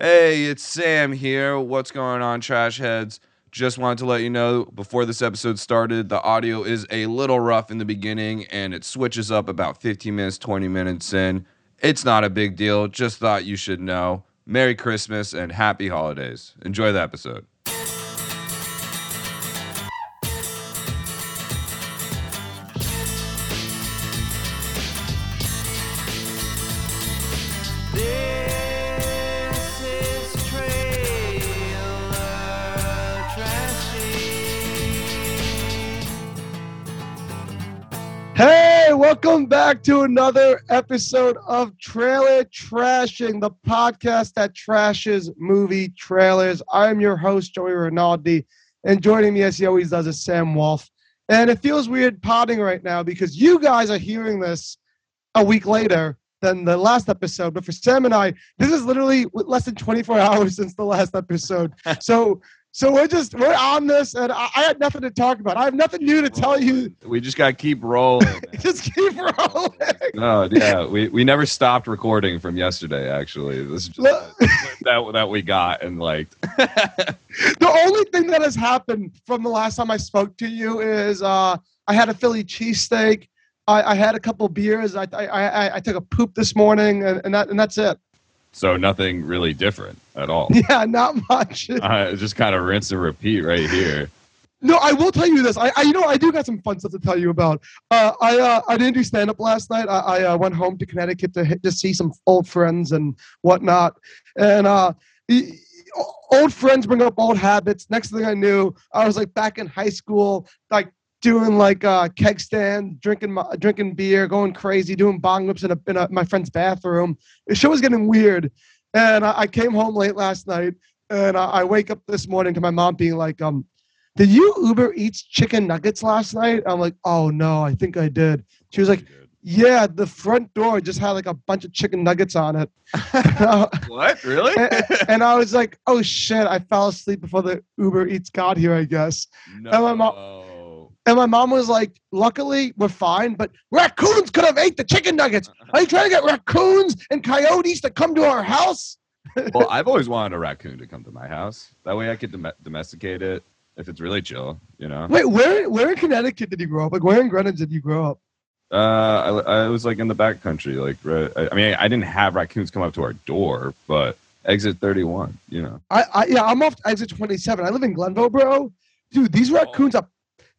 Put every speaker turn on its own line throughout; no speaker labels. Hey, it's Sam here. What's going on, trash heads? Just wanted to let you know before this episode started, the audio is a little rough in the beginning and it switches up about 15 minutes, 20 minutes in. It's not a big deal. Just thought you should know. Merry Christmas and happy holidays. Enjoy the episode.
This is trailer trashy.
Hey, welcome back to another episode of Trailer Trashing, the podcast that trashes movie trailers. I'm your host, Joey Rinaldi, and joining me, as he always does, is Sam Wolf. And it feels weird potting right now because you guys are hearing this a week later than the last episode. But for Sam and I, this is literally less than 24 hours since the last episode. So, so we're just we're on this, and I, I had nothing to talk about. I have nothing new to tell you.
We just got to keep rolling. man.
Just keep rolling.
No, yeah, we, we never stopped recording from yesterday, actually. This is just
Look,
that, that we got and liked.
the only thing that has happened from the last time I spoke to you is uh, I had a Philly cheesesteak. I, I had a couple beers. I, I, I, I took a poop this morning, and, and, that, and that's it.
So nothing really different at all.
Yeah, not much.
uh, just kind of rinse and repeat right here.
No, I will tell you this. I, I you know, I do got some fun stuff to tell you about. Uh, I, uh, I didn't do stand up last night. I, I uh, went home to Connecticut to hit, to see some old friends and whatnot. And uh, y- y- old friends bring up old habits. Next thing I knew, I was like back in high school, like doing like uh, keg stand, drinking my, drinking beer, going crazy, doing bong whips in, a, in a, my friend's bathroom. The show was getting weird. And I, I came home late last night, and I, I wake up this morning to my mom being like, um did you Uber Eats chicken nuggets last night? I'm like, oh no, I think I did. She was like, yeah, the front door just had like a bunch of chicken nuggets on it.
What? Really?
and I was like, oh shit, I fell asleep before the Uber Eats got here, I guess. my mom-
No.
And my mom was like, luckily, we're fine, but raccoons could have ate the chicken nuggets. Are you trying to get raccoons and coyotes to come to our house?
well, I've always wanted a raccoon to come to my house. That way I could dom- domesticate it if it's really chill, you know?
Wait, where, where in Connecticut did you grow up? Like, where in Greenwich did you grow up?
Uh, I, I was like in the back country. Like, right, I, I mean, I didn't have raccoons come up to our door, but exit 31, you know?
I, I yeah, I'm off exit 27. I live in Glenville, bro. Dude, these raccoons are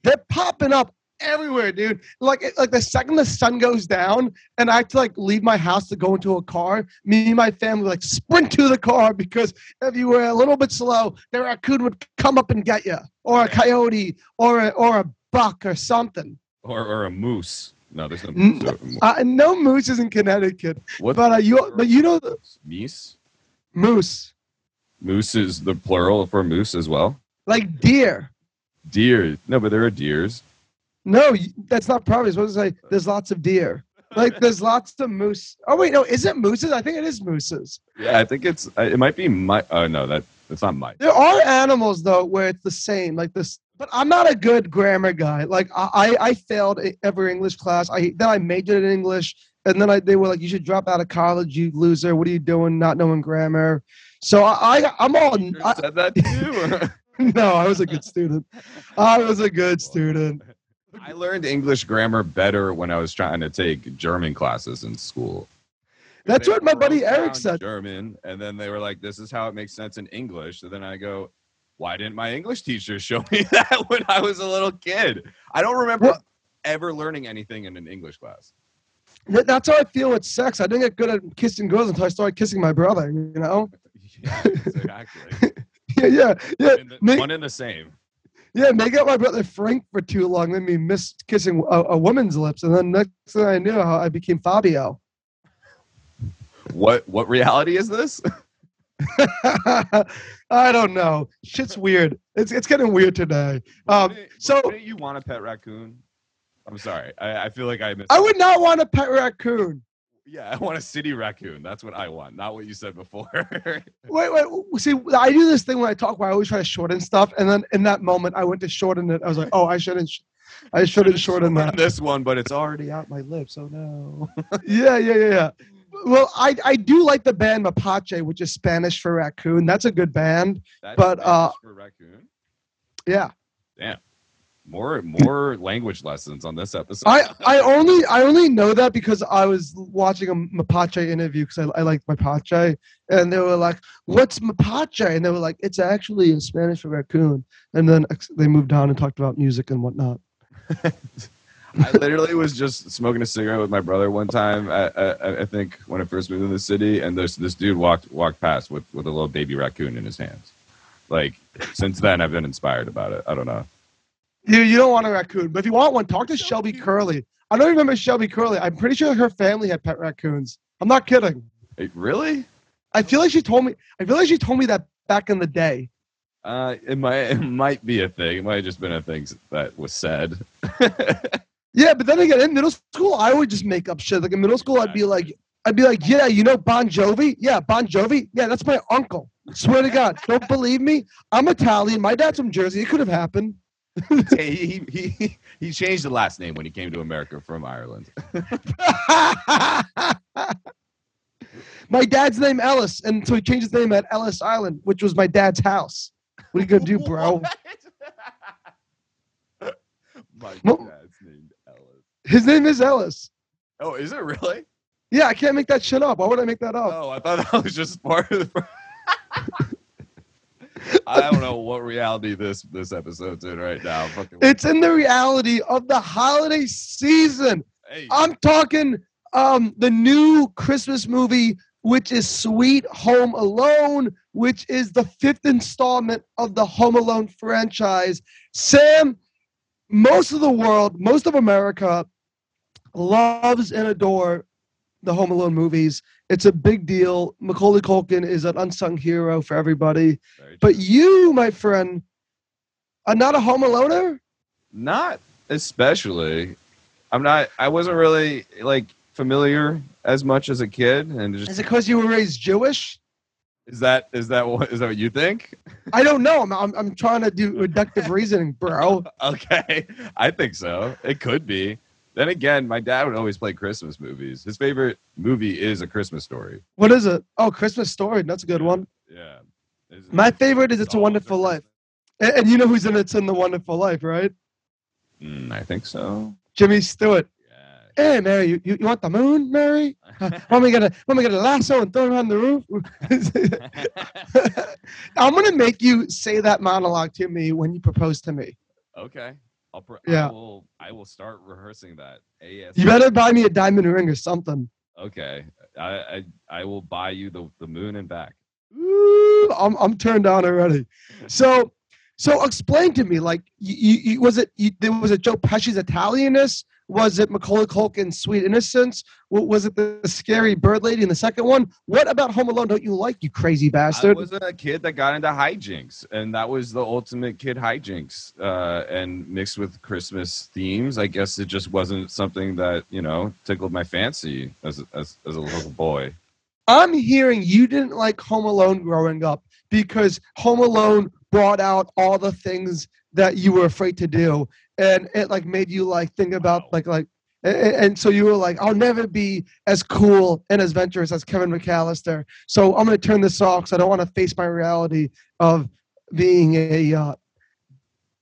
they're popping up everywhere, dude. Like it- like the second the sun goes down and I have to like leave my house to go into a car, me and my family like sprint to the car because if you were a little bit slow, the raccoon would come up and get you, or a coyote, or a, or a buck or something.
Or, or a moose. No, there's no
Mm.
moose. Or-
Uh, no moose is in Connecticut,
What?
but uh, you but you know the
Meese?
moose
Moose is the plural for moose as well.
like deer.
Deer. No, but there are deers.
No, y- that's not probably. It's supposed to say there's lots of deer. Like there's lots of moose. Oh wait, no, is it mooses? I think it is mooses.
Yeah, I think it's. I- It might be my. Oh no, that that's not my.
There are animals though where it's the same. Like this, but I'm not a good grammar guy. Like I, I I failed e- every English class. I then I majored in English, and then I they were like, you should drop out of college, you loser. What are you doing, not knowing grammar? So I, I I'm all I,
said that too.
no. I was a good student. I was a good student.
I learned English grammar better when I was trying to take German classes in school.
That's
They
what my buddy
broke
Eric
down
said.
German, and then they were like, "This is how it makes sense in English." And then I go, "Why didn't my English teacher show me that when I was a little kid? I don't remember
Well-
ever learning anything in an English class."
Th- That's how I feel with sex. I didn't get good at kissing girls until I started kissing my brother. You know?
Yeah, exactly.
Yeah, yeah, yeah.
In the-
Nick-
one and the same.
yeah make out my brother Frank for too long, then me miss kissing a, a woman's lips, and then next thing I knew, I became Fabio.
What what reality is this?
I don't know. Shit's weird. It's it's getting weird today. Um,
Wouldn't it-
so-
wouldn't you want a pet raccoon? I'm sorry. I, I feel like I missed.
I would not want a pet raccoon.
Yeah, I want a city raccoon. That's what I want, not what you said before.
Wait, wait. See, I do this thing when I talk, where I always try to shorten stuff, and then in that moment, I went to shorten it. I was like, oh, I shouldn't, sh- I shouldn't shorten that.
this one, but it's already
out my lips. Oh no. yeah, yeah, yeah, yeah. well, I, I do like the band Mapache, which is Spanish for raccoon. That's a good band.
That's
But, uh,
famous for raccoon.
Yeah.
More more language lessons on this episode.
I, I only I only know that because I was watching a Mapache interview because I, I liked Mapache and they were like, "What's Mapache?" and they were like, "It's actually in Spanish for raccoon." And then ex- they moved on and talked about music and whatnot.
I literally was just smoking a cigarette with my brother one time. I, I, I think when I first moved in the city, and this this dude walked walked past with with a little baby raccoon in his hands. Like since then, I've been inspired about it. I don't know.
You you don't want a raccoon, but if you want one, talk to Shelby Curley. I don't remember Shelby Curley. I'm pretty sure her family had pet raccoons. I'm not kidding.
Hey, really?
I feel like she told me. I feel like she told me that back in the day.
Uh, it might it might be a thing. It might have just been a thing that was said.
Yeah, but then again, in middle school, I would just make up shit. Like in middle school, I'd be like, I'd be like, yeah, you know Bon Jovi? Yeah, Bon Jovi? Yeah, that's my uncle. Swear to God, don't believe me? I'm Italian. My dad's from Jersey. It could have happened.
he, he he he changed the last name when he came to America from Ireland.
my dad's name Ellis, and so he changed his name at Ellis Island, which was my dad's house. What are you gonna do, bro?
My
Mo-
dad's named Ellis.
His name is Ellis.
Oh, is it really?
Yeah, I can't make that shit up. Why would I make that up?
Oh, I thought that was just part of the. I don't know what reality this this episode's in right now. Fucking-
It's in the reality of the holiday season.
hey,
I'm talking um the new Christmas movie, which is Sweet Home Alone, which is the fifth installment of the Home Alone franchise. Sam, most of the world, most of America loves and adore the Home Alone movies. It's a big deal. Macaulay Culkin is an unsung hero for everybody.
sorry.
But you, my friend, are not a Home Aloner?
not especially. I'm not. I wasn't really like familiar as much as a kid, and it just
Is it because you were raised Jewish?
is that is that what is that what you think?
I don't know. I'm, I'm, I'm trying to do reductive reasoning, bro.
Okay, I think so. It could be. Then again, my dad would always play Christmas movies. His favorite movie is A Christmas Story.
What is it? Oh, Christmas Story. That's a good one.
Yeah. Is-
My favorite is It's a
Dolls
Wonderful
are-
Life. And, and you know who's in It's in the Wonderful Life, right?
Mm, I think so.
Jimmy Stewart.
Yeah.
Hey, Mary, you, you, you want the moon, Mary? Huh, When we gonna when we gonna lasso and throw it on the roof? I'm gonna make you say that monologue to me when you propose to me.
okay. I'll pr- I
Yeah.
will, I will start rehearsing that. AS.
You better buy me a diamond ring or something.
Okay. I, I I will buy you the, the moon and back.
Ooh, I'm I'm turned on already. So so explain to me, like you, you, you was it you, there was it Joe Pesci's Italianness? Was it Macaulay Culkin's Sweet Innocence? Wa- Was it the scary bird lady in the second one? What about Home Alone? Don't you like you crazy
I
bastard?
was a kid that got into hijinks, and that was the ultimate kid hijinks. Uh, and mixed with Christmas themes, I guess it just wasn't something that you know tickled my fancy as as, as a little boy.
I'm hearing you didn't like Home Alone growing up because Home Alone brought out all the things that you were afraid to do, and it like made you like think about
Wow.
like like, a- a- and so you were like, I'll never be as cool and as venturous as Kevin McAllister. So I'm gonna turn this off because I don't want to face my reality of being a uh,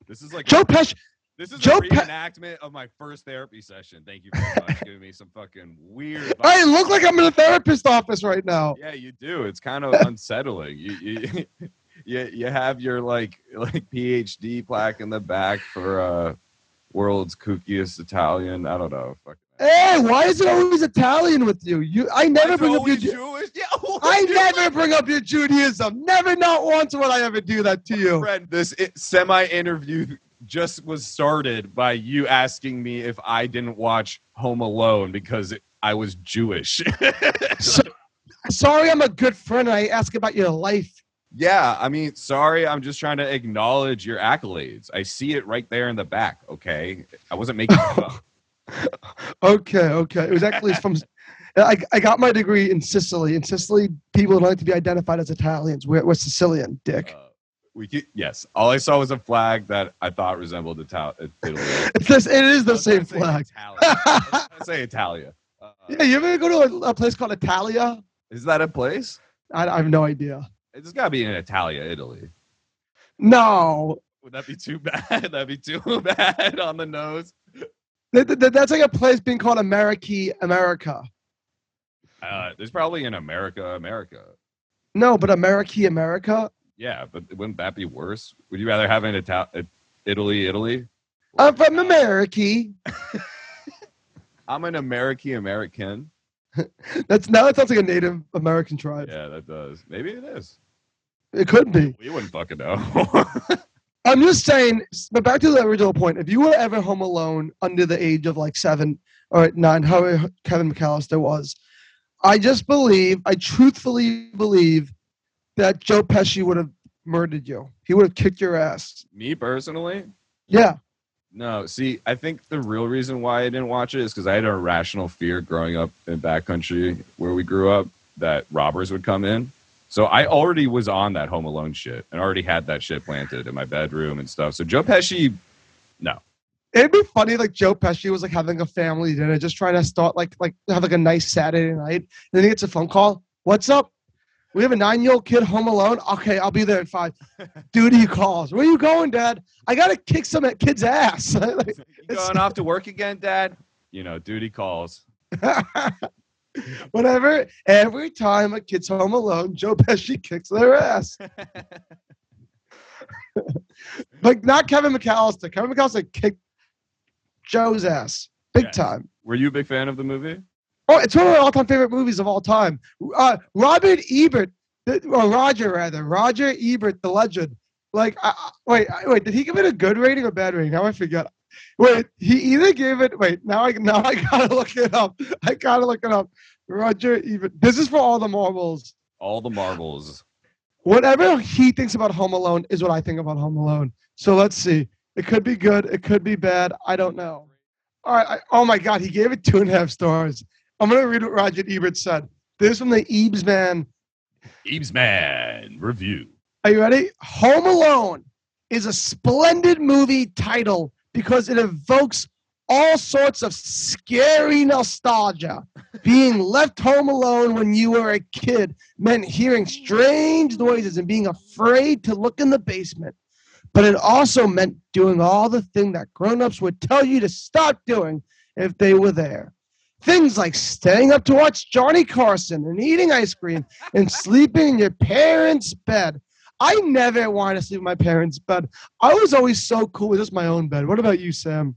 This is like
Joe Pesci.
This is
Joe
a
Pe-
reenactment of my first therapy session. Thank you very much. giving me some fucking weird.
I look like I'm in a therapist office right now.
Yeah, you do. It's kind of unsettling. You you, you you have your like like PhD plaque in the back for uh world's kookiest Italian. I don't know. Fuck.
Hey, why is it always Italian with you? You, I never bring up your.
Always Jewish. Yeah,
I never bring up your Judaism. Never, not once would I ever do that to you.
friend. This semi interview just was started by you asking me if I didn't watch Home Alone because I was Jewish.
So, sorry, I'm a good friend. And I ask about your life.
Yeah, I mean, sorry, I'm just trying to acknowledge your accolades. I see it right there in the back. Okay, I wasn't making it up.
Okay, okay. It was actually from. I, I got my degree in Sicily. In Sicily, people don't like to be identified as Italians. We're, we're Sicilian, dick.
Uh, we could, yes, all I saw was a flag that I thought resembled Ital- Italy.
It's this, it is the
I was gonna
same
say
flag.
Italia. I was gonna say Italia. Uh,
Yeah, you ever go to a, a place called Italia?
Is that a place?
I, I have no idea.
It's got to be in Italia, Italy.
No,
Would that be too bad? That'd be too bad on the nose.
That- that- that- that's like a place being called America, America.
Uh, there's probably in America, America.
No, but America, America.
Yeah, but wouldn't that be worse? Would you rather have an Ita- Italy, Italy?
I'm from America.
I'm an American American.
That's now that sounds like a Native American tribe.
Yeah, that does. Maybe it is.
It could be.
We wouldn't fucking know.
I'm just saying. But back to the original point. If you were ever home alone under the age of like seven or nine, however Kevin McAllister was, I just believe, I truthfully believe, that Joe Pesci would have murdered you. He would have kicked your ass.
Me personally,
Yeah.
no. See, I think the real reason why I didn't watch it is because I had a rational fear growing up in backcountry where we grew up that robbers would come in. So I already was on that Home Alone shit and already had that shit planted in my bedroom and stuff. So Joe Pesci,
It'd be funny, like Joe Pesci was like having a family dinner, just trying to start like like have like a nice Saturday night. And then he gets a phone call. What's up? We have a nine year old kid home alone. Okay, I'll be there at five. Dude, he calls. Where you going, Dad? I gotta kick some at kid's ass. Like,
"You going off to work again, Dad. You know, duty calls.
whatever. Every time a kid's home alone, Joe Pesci kicks their ass. but not Kevin McAllister. Kevin McAllister kicked Joe's ass big
Yes.
time.
Were you a big fan of the movie?
Oh, it's one of my all-time favorite movies of all time. Uh, Robert Ebert, th- or Roger rather, Roger Ebert, the legend. Like, I, I- wait, I- wait, did he give it a good rating or bad rating? Now I forget. Wait, he either gave it. Wait, now I now I gotta look it up. I gotta look it up. Roger Ebert. This is for all the marbles.
All the marbles.
Whatever he thinks about Home Alone is what I think about Home Alone. So let's see. It could be good. It could be bad. I don't know. All right. I, oh my God. He gave it two and a half stars. I'm going to read what Roger Ebert said. This is from the Ebes man.
Eve's Man review.
Are you ready? Home Alone is a splendid movie title because it evokes all sorts of scary nostalgia. being left home alone when you were a kid meant hearing strange noises and being afraid to look in the basement. But it also meant doing all the thing that grown-ups would tell you to stop doing if they were there. Things like staying up to watch Johnny Carson and eating ice cream and sleeping in your parents' bed. I never wanted to sleep in my parents' bed. I was always so cool with just my own bed. What about you, Sam?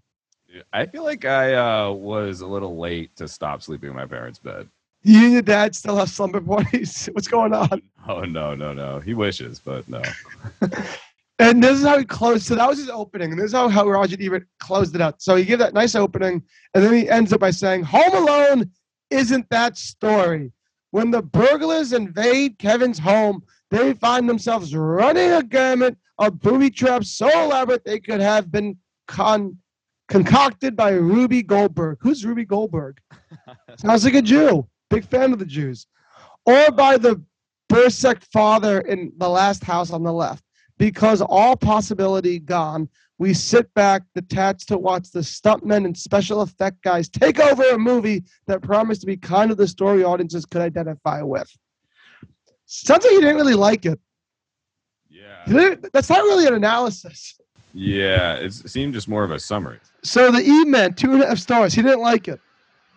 I feel like I uh, was a little late to stop sleeping in my parents' bed.
You and your dad still have slumber parties. What's going on?
Oh no, no, no. He wishes, but no.
And this is how he closed. So that was his opening, and this is how, how Roger Ebert closed it out. So he gave that nice opening, and then he ends up by saying, "Home Alone isn't that story. When the burglars invade Kevin's home, they find themselves running a gamut of booby traps so elaborate they could have been con- concocted by Ruby Goldberg. Who's Ruby Goldberg? Sounds like a Jew. Big fan of the Jews. Or by the Berserk father in the last house on the left. Because all possibility gone, we sit back detached to watch the stuntmen and special effect guys take over a movie that promised to be kind of the story audiences could identify with. Sounds like you didn't really like it.
Yeah.
That's not really an analysis.
Yeah. it's- It seemed just more of a summary.
So the E Man, two and a half stars. He didn't like it.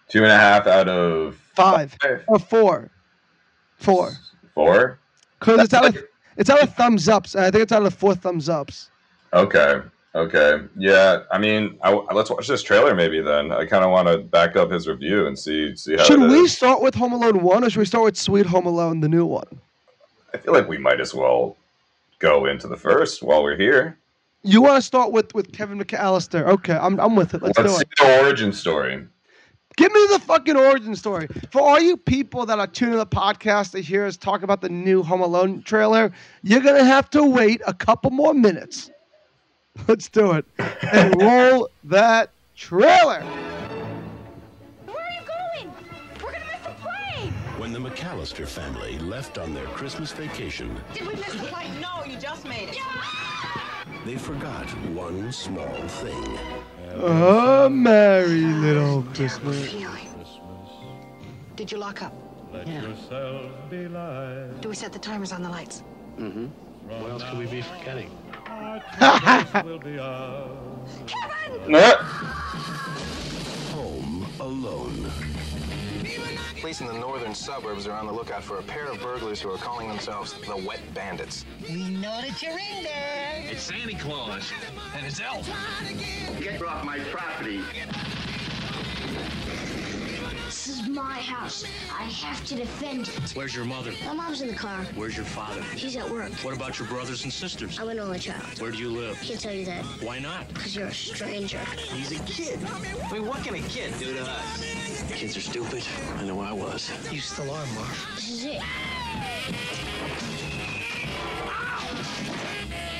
Two and a half out of
Five or four. Four.
four.
Because it's out of it's out of thumbs ups. I think it's out of four thumbs ups.
Okay. Okay. Yeah. I mean, I, let's watch this trailer maybe then. I kind of want to back up his review and see see how.
Should
it
we
is.
start with Home Alone one, or should we start with Sweet Home Alone, the new one?
I feel like we might as well go into the first while we're here.
You want to start with with Kevin McAllister? Okay, I'm I'm with it. Let's,
let's
do
see
it.
the origin story.
Give me the fucking origin story for all you people that are tuning the podcast to hear us talk about the new Home Alone trailer. You're gonna have to wait a couple more minutes. Let's do it and roll that trailer.
Where are you going? We're gonna miss the plane!
When the McAllister family left on their Christmas vacation,
Did we miss the flight? No, you just made it.
they forgot one small thing.
Oh, merry little Christmas.
Did you lock up?
Let yourselves be light.
Do we set the timers on the lights?
What else could we be forgetting?
Our candles will be out.
Nah.
Home Alone.
Police in the northern suburbs are on the lookout for a pair of burglars who are calling themselves the Wet Bandits.
We know that you're in there.
It's Santa Claus and it's Elf.
Get off my property.
This is my house. I have to defend it.
Where's your mother?
My mom's in the car.
Where's your father?
She's at work.
What about your brothers and sisters?
I'm an only child.
Where do you live?
Can't tell you that
Why not?
because you're a stranger.
He's a kid.
I mean, what can a kid do to us?
Kids are stupid. I know I was.
You still are, Marv.
This is it.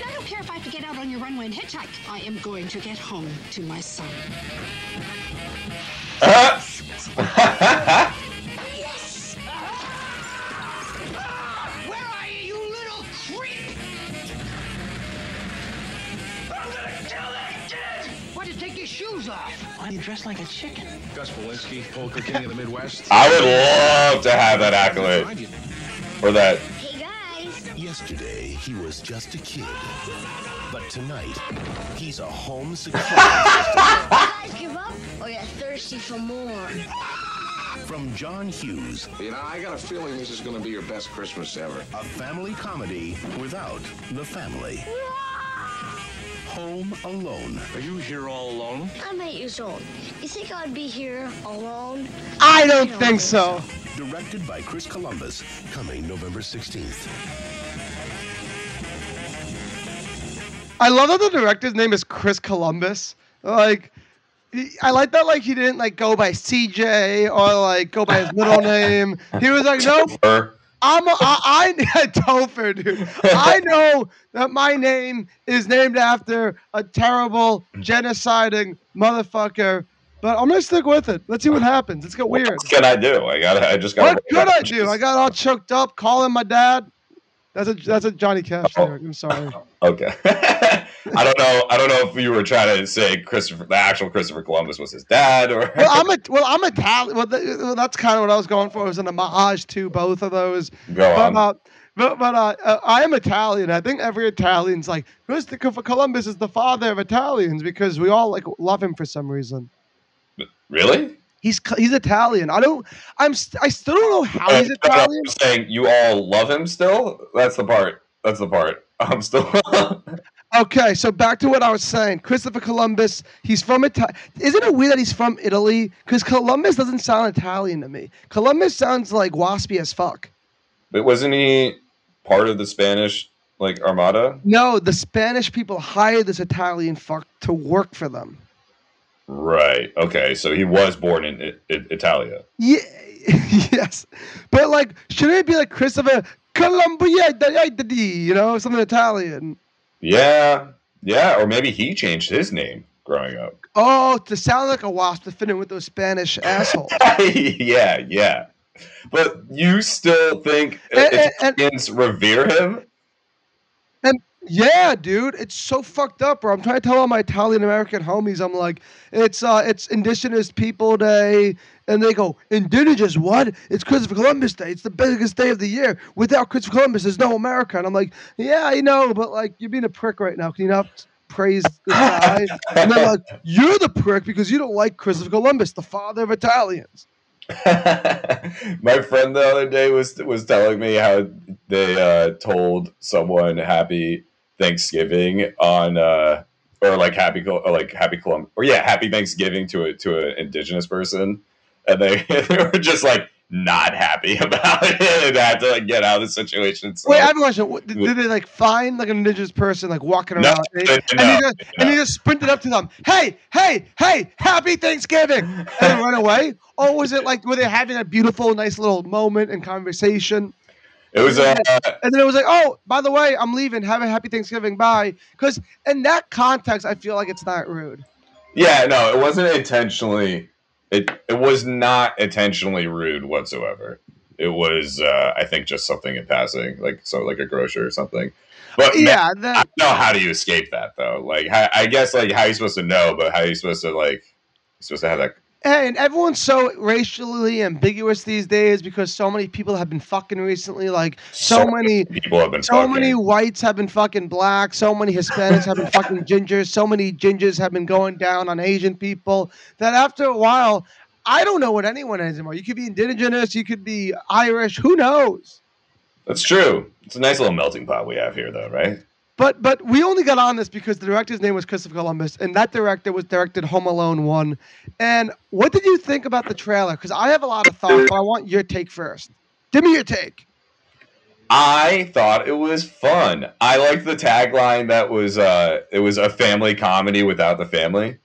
I don't care if I have to get out on your runway and hitchhike. I am going to get home to my son.
Where are you, you little creep? I'm gonna kill that kid! Why'd you take your shoes off?
Why do you dress like a chicken?
Gus Polinski, poker king of the Midwest.
I would love to have that accolade or that.
Hey guys.
Yesterday, he was just a kid. But tonight, he's a home security
Ah!
guys give up or you're thirsty for more.
from John Hughes,
You know, I got a feeling this is gonna be your best Christmas ever.
a family comedy without the family. Home Alone.
Are you here all alone?
I'm eight years old. You think I'd be here alone?
I don't think so.
Directed by Chris Columbus. Coming November 16th.
I love that the director's name is Chris Columbus. Like, he- I like that. Like he didn't like go by CJ or like go by his middle name. He was like, nope,
Or,
I'm a, I, I Topher, dude. I know that my name is named after a terrible genociding motherfucker, but I'm gonna stick with it. Let's see what happens. Let's get
what
weird.
else can I do? I got. to I just got.
What could I do? I got all choked up calling my dad. That's a that's a Johnny Cash
Oh.
lyric. I'm sorry.
Okay. I don't know. I don't know if you were trying to say Christopher, the actual Christopher Columbus was his dad, or
Well, I'm a well, I'm Italian. Well, th- well, that's kind of what I was going for. It was an homage to both of those.
go
But,
on.
uh, but, but uh, uh, I am Italian. I think every Italian's like Christopher Columbus is the father of Italians because we all like love him for some reason.
Really?
He's c- he's Italian. I don't. I'm. St- I still don't know how
Uh,
he's
no, no,
Italian.
I'm saying you all love him still. That's the part. That's the part. I'm still.
Okay, so back to what I was saying. Christopher Columbus. He's from Italy. Isn't it weird that he's from Italy? Because Columbus doesn't sound Italian to me. Columbus sounds like waspy as fuck.
but wasn't he part of the Spanish like Armada?
No, the Spanish people hired this Italian fuck to work for them.
Right. Okay. So he was born in I- I- Italia.
Yeah, yes, but like, shouldn't it be like Christopher Columbia? You know, something Italian.
Yeah. Yeah. Or maybe he changed his name growing up.
Oh, to sound like a wasp to fit in with those Spanish assholes.
yeah. Yeah. But you still think
And- and- and-
Italians revere him?
Yeah, dude, it's so fucked up, bro. I'm trying to tell all my Italian American homies, I'm like, it's uh, it's Indigenous People Day, and they go, Indigenous what? It's Christopher Columbus Day. It's the biggest day of the year. Without Christopher Columbus, there's no America. And I'm like, yeah, I know, but like, you're being a prick right now. Can you not praise the guy? and they're like, you're the prick because you don't like Christopher Columbus, the father of Italians.
My friend the other day was was telling me how they uh, told someone Happy Thanksgiving on uh, or like Happy Col- or like Happy Colum or yeah Happy Thanksgiving to a to an indigenous person, and they, they were just like not happy about it and had to like get out of the situation. So,
Wait, I have a question. What- Did, did they like find like an indigenous person like walking
No,
around? and, he,
no,
and he
no,
just, and he just sprinted up to them. Hey, hey, hey! Happy Thanksgiving! And then run away. Or was it like were they having a beautiful, nice little moment and conversation?
it was uh,
And then it was like, oh, by the way, I'm leaving. Have a happy Thanksgiving. Bye. Because in that context, I feel like it's not rude.
yeah no it wasn't intentionally it it was not intentionally rude whatsoever it was uh i think just something in passing like so like a grocer or something but yeah
Yeah.
i
That,
don't know how do you escape that though like how, i guess like how you supposed to know but how you supposed to like you supposed to have that
and everyone's so racially ambiguous these days because so many people have been fucking recently. Like so, many
people have been
so
fucking.
many whites have been fucking black. So many Hispanics have been fucking gingers. So many gingers have been going down on Asian people. That after a while, I don't know what anyone is anymore. You could be indigenous. You could be Irish. Who knows?
That's true. It's a nice little melting pot we have here, though, right?
But but we only got on this because the director's name was Christopher Columbus, and that director was directed Home Alone one. And what did you think about the trailer? Because I have a lot of thoughts, but I want your take first. Give me your take.
I thought it was fun. I liked the tagline that was uh it was a family comedy without the family.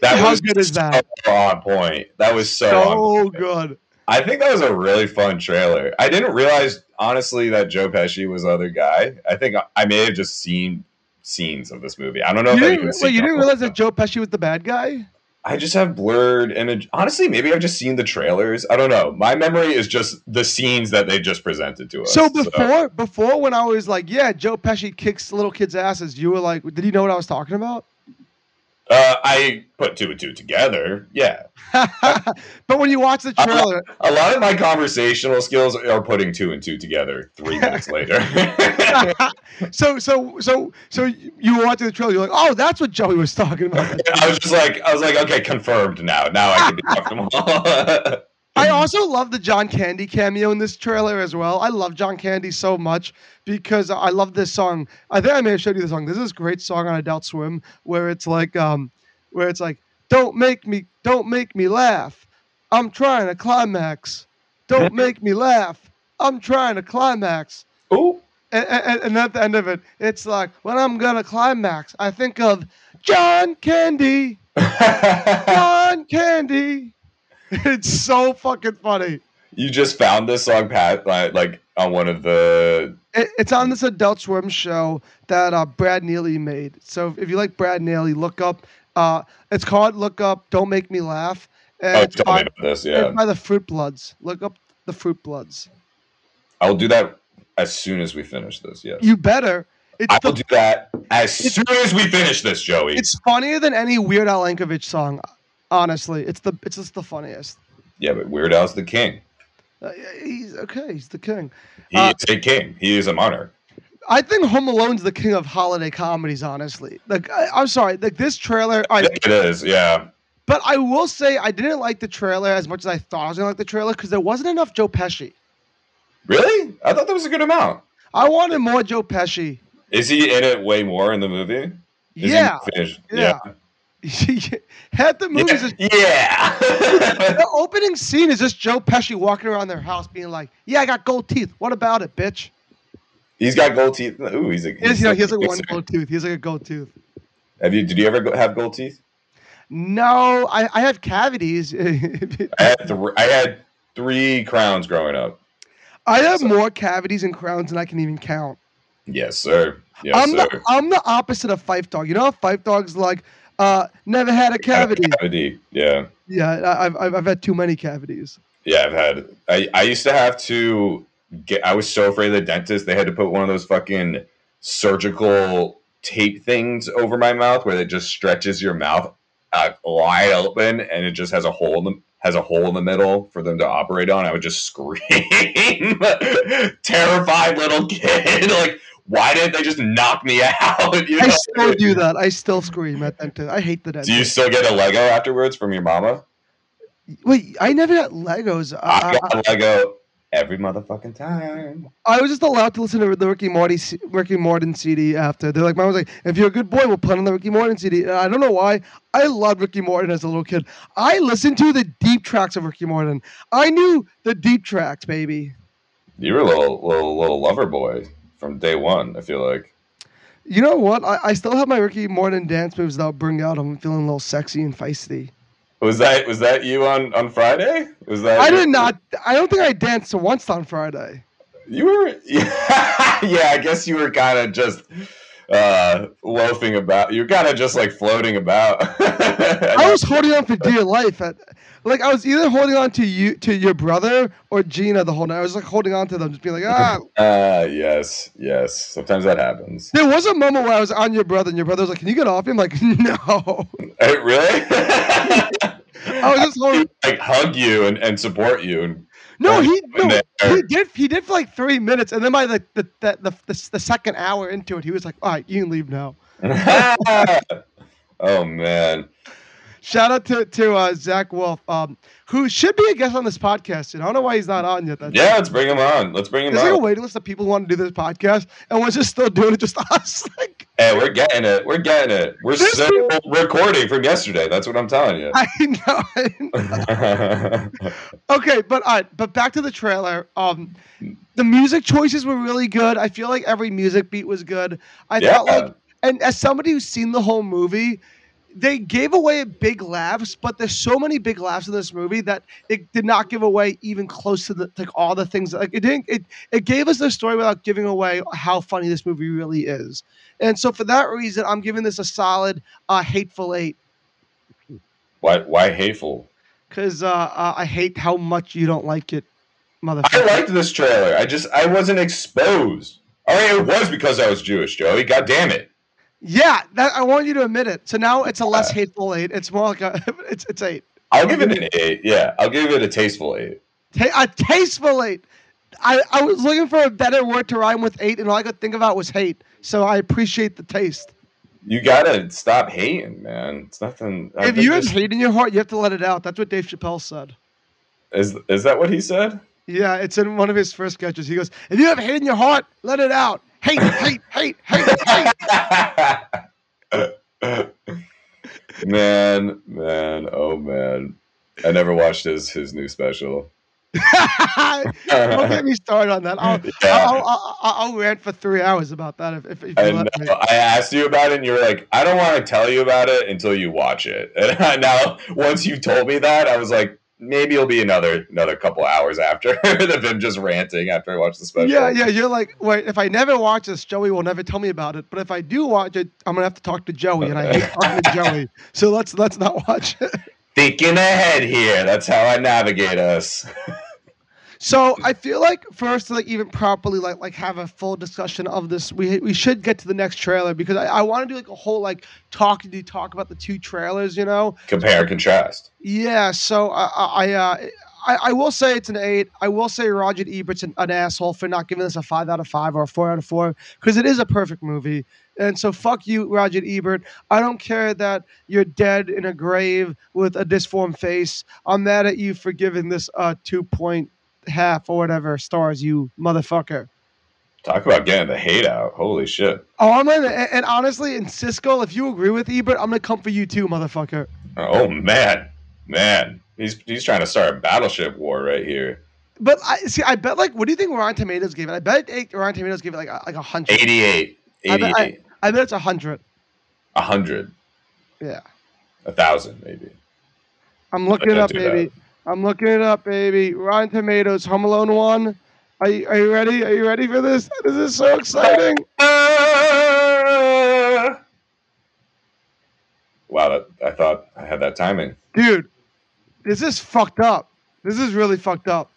That
How
was
good is that?
so on point. That was so, on
So good.
I think that was a really fun trailer. I didn't realize honestly that Joe Pesci was the other guy. I think I- I may have just seen scenes of this movie. I don't know
You
if I
didn't,
even
wait,
seen
you
the
didn't
whole
realize
thing.
that Joe Pesci was the bad guy?
I just have blurred image. Honestly, maybe I've just seen the trailers. I don't know. My memory is just the scenes that they just presented to us.
So before before when I was like, yeah, Joe Pesci kicks little kids' asses, you were like, did you know what I was talking about?
uh, I put two and two together. Yeah,
but when you watch the
Uh,
trailer,
a lot of my conversational skills are putting two and two together three minutes later.
so so so so you were watching the trailer, you're like, oh, that's what Joey was talking about.
I was just like, I was like, okay, confirmed now. Now I can be comfortable.
I also love the John Candy cameo in this trailer as well. I love John Candy so much because I love this song. I think I may have showed you the song. This is a great song on Adult Swim where it's like, um, where it's like, don't make me, don't make me laugh. I'm trying to climax. Don't make me laugh. I'm trying to climax.
Ooh.
And, and, and at the end of it, it's like, when I'm going to climax, I think of John Candy, John Candy. It's so fucking funny.
you just found this song, Pat, like, like on one of the.
It, it's on this Adult Swim show that uh, Brad Neely made. So if you like Brad Neely, look up. Uh, it's called Look Up, Don't Make Me Laugh. And
Oh,
it's,
tell me
by,
about this.
it's
Yeah,
by the Fruit Bloods. Look up the Fruit Bloods.
I'll do that as soon as we finish this. Yes.
You better. It's
I
the
will do that as soon as we finish this, Joey.
It's funnier than any Weird Al Yankovic song. Honestly, it's the it's just the funniest.
Yeah, but Weird Al's the king.
Uh, he's okay. He's the king.
He
Uh,
is a king. He is a monarch.
I think Home Alone's the king of holiday comedies. Honestly, like I, I'm sorry, like this trailer.
I
I,
think it is. Yeah,
but I will say I didn't like the trailer as much as I thought I was gonna like the trailer because there wasn't enough Joe Pesci.
really? I thought that was a good amount.
I wanted more Joe Pesci.
Is he in it way more in the movie? Is
yeah,
He finished?
yeah. Had the movies.
Yeah.
is-
yeah.
the opening scene is just Joe Pesci walking around their house, being like, "Yeah, I got gold teeth. What about it, bitch?"
he's got gold teeth. Ooh, he's a.
He has, you know, he has like
he's
one
a-
gold tooth. He has like a gold tooth.
Have you? Did you ever go- have gold teeth?
No, I, I have cavities.
I had. Th- I had three crowns growing up.
I have more cavities and crowns than I can even count.
Yes, sir. Yes,
I'm
sir.
the I'm the opposite of Fife Dog. You know how Fife Dog's like, uh, never had a cavity.
Cavity. Yeah.
Yeah, I- I've I've, I've had too many cavities.
Yeah, I've had. I I used to have to get. I was so afraid of the dentist. They had to put one of those fucking surgical tape things over my mouth where it just stretches your mouth uh, wide open and it just has a hole in the has a hole in the middle for them to operate on. I would just scream, terrified little kid, like. Why didn't they just knock me out? You
I
know?
still do that. I still scream at dentist. I hate the
Do you
dentist.
still get a Lego afterwards from your mama?
Wait, I never got Legos.
I
I,
got a Lego every motherfucking time.
I, I was just allowed to listen to the Ricky Morty C- Ricky Morton CD after. They're like, mine was like, if you're a good boy, we'll put on the Ricky Morton CD. And I don't know why. I loved Ricky Morton as a little kid. I listened to the deep tracks of Ricky Morton. I knew the deep tracks, baby.
You were a little little little lover boy from day one. I feel like
You know what? I, I still have my Ricky Morton dance moves that I'll bring out. I'm feeling a little sexy and feisty.
was that was that you on on Friday? Was that
I did not. I don't think I danced once on Friday.
You were yeah. I guess you were kind of just uh loafing about. Uh, You're kind of just like floating about.
I was holding on for dear life. At, Like I was either holding on to you, to your brother, or Gina the whole night. I was like holding on to them, just being like, ah.
Ah, yes, yes. Sometimes that happens.
There was a moment where I was on your brother, and your brother was like, "Can you get off him?" Like, no.
Hey, really?
I was just holding.
like hug you and, and support you and
No,
Right,
he no,
in there.
he did he did for like three minutes, and then by like the the, the, the the second hour into it, he was like, "All right, you can leave now."
oh man.
Shout out to to uh, Zach Wolf, um, who should be a guest on this podcast. And I don't know why he's not on yet. That's-
Yeah, let's bring him on. Let's bring him
There's like a
on.
waiting list of people who want to do this podcast, and we're just still doing it just us. Like,
Hey, we're getting it. We're getting it. We're
This
still recording from yesterday. That's what I'm telling you.
I know. I know. okay, but all right, but back to the trailer. Um, the music choices were really good. I feel like every music beat was good. I
Yeah.
felt like, and as somebody who's seen the whole movie, they gave away big laughs, but there's so many big laughs in this movie that it did not give away even close to the like all the things. Like it didn't. It it gave us the story without giving away how funny this movie really is. And so for that reason, I'm giving this a solid uh, hateful eight
why why hateful?
because uh, uh, I hate how much you don't like it,
I
motherfucker.
liked this trailer. I just I wasn't exposed. I mean, it was because I was Jewish, Joey. God damn it.
Yeah, that, I want you to admit it. So now it's a less hateful eight. It's more like a it's it's eight.
I'll give it an eight. Yeah, I'll give it a tasteful eight.
Ta- a tasteful eight. I, I was looking for a better word to rhyme with eight, and all I could think about was hate. So I appreciate the taste.
You gotta stop hating, man. It's nothing. I
if
think
you have
this-
hate in your heart, you have to let it out. That's what Dave Chappelle said.
is is that what he said?
Yeah, it's in one of his first sketches. He goes, "If you have hate in your heart, let it out. Hate, hate, hate, hate, hate."
man, man, oh man. I never watched his his new special.
Don't get me started on that. I'll,
Yeah.
I'll, I'll, I'll, I'll rant for three hours about that if, if, if you
I,
let me.
know, I asked you about it, and you were like, "I don't want to tell you about it until you watch it." And I, now, once you told me that, I was like, "Maybe it'll be another another couple hours after of him just ranting after I watch the special."
Yeah, yeah. You're like, wait, if I never watch this, Joey will never tell me about it. But if I do watch it, I'm gonna have to talk to Joey, and I hate talking to Joey. So let's let's not watch it.
Thinking ahead here. That's how I navigate us.
So I feel like for us to like even properly like like have a full discussion of this, we we should get to the next trailer because I, I want to do like a whole like talk to talk about the two trailers, you know?
Compare and contrast.
Yeah. So I I I, uh, I I will say it's an eight. I will say Roger Ebert's an, an asshole for not giving this a five out of five or a four out of four because it is a perfect movie. And so fuck you, Roger Ebert. I don't care that you're dead in a grave with a disformed face. I'm mad at you for giving this uh two point half or whatever stars, you motherfucker.
Talk about getting the hate out. Holy shit.
Oh, I'm gonna, and and honestly, in Cisco, if you agree with Ebert, I'm gonna come for you too, motherfucker.
Oh man, man. He's he's trying to start a battleship war right here.
But I see. I bet like, what do you think Rotten Tomatoes gave it? I bet it, Rotten Tomatoes gave it like a, like a hundred.
88,
I bet, I,
88,
I bet it's a hundred.
100,
Yeah,
1,000 maybe.
I'm looking it
don't
up,
do that.
baby. I'm looking it up, baby. Rotten Tomatoes, Home Alone one. Are you, are you ready? Are you ready for this? This is so exciting.
Wow, that, I thought I had that timing.
dude. This is fucked up. This is really fucked up.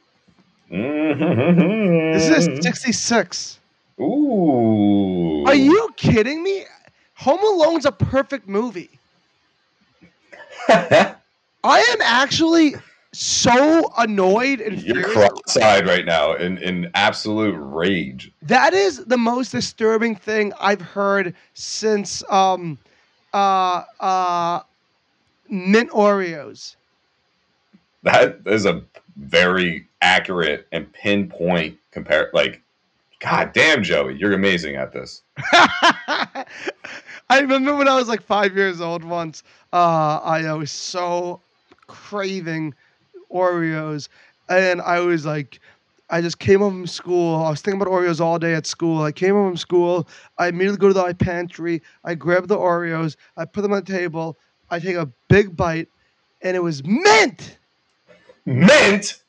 This
Mm-hmm.
is 66.
Ooh.
Are you kidding me? Home Alone's a perfect movie. I am actually so annoyed and
You're
furious.
cross-eyed right now in, in absolute rage.
That is the most disturbing thing I've heard since um uh uh mint Oreos.
That is a very accurate and pinpoint compare. Like, god damn, Joey, you're amazing at this.
I remember when I was like five years old once, uh, I was so craving Oreos. And I was like, I just came home from school. I was thinking about Oreos all day at school. I came home from school. I immediately go to the pantry. I grab the Oreos. I put them on the table. I take a big bite, and it was mint.
Mint.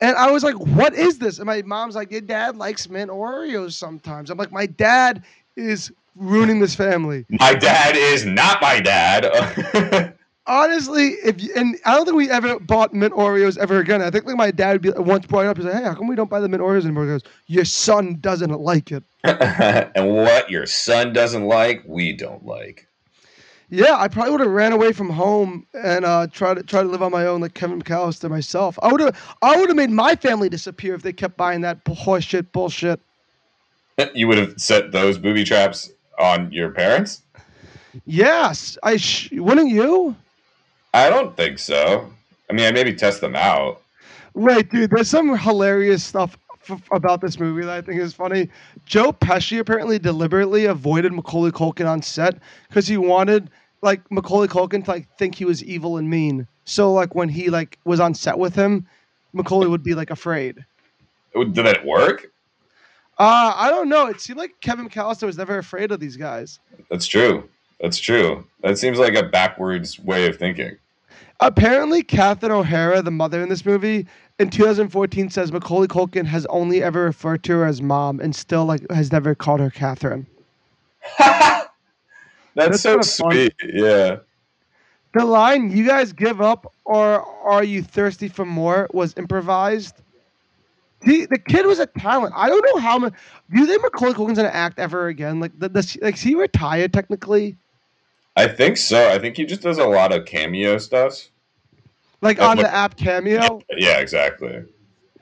And I was like, what is this? And my mom's like, your dad likes mint Oreos sometimes. I'm like, my dad is ruining this family.
My dad is not my dad.
honestly, if you, and I don't think we ever bought mint Oreos ever again. I think like my dad would be once brought it up. He's like, "Hey, how come we don't buy the mint Oreos anymore?" He goes, "Your son doesn't like it."
and what your son doesn't like, we don't like.
Yeah, I probably would have ran away from home and uh, try to try to live on my own, like Kevin McAllister myself. I would have I would have made my family disappear if they kept buying that horseshit bullshit.
You would have set those booby traps on your parents.
Yes, I sh- wouldn't you?
I don't think so. I mean, I maybe test them out.
Right, dude. There's some hilarious stuff f- about this movie that I think is funny. Joe Pesci apparently deliberately avoided Macaulay Culkin on set because he wanted like Macaulay Culkin to like think he was evil and mean. So like when he like was on set with him, Macaulay would be like afraid.
Did that work?
Uh, I don't know. It seemed like Kevin McAllister was never afraid of these guys.
That's true. That's true. That seems like a backwards way of thinking.
Apparently, Catherine O'Hara, the mother in this movie, in 2014 says Macaulay Culkin has only ever referred to her as mom and still like has never called her Catherine.
That's, so sweet. Yeah.
The line "You guys give up or are you thirsty for more?" was improvised. The, the kid was a talent. I don't know how much. Do you think Macaulay Culkin's gonna act ever again? Like, the, the, like, is he retired technically?
I think so. I think he just does a lot of cameo stuff.
Like
That's
on
what-
the app Cameo.
Yeah, exactly.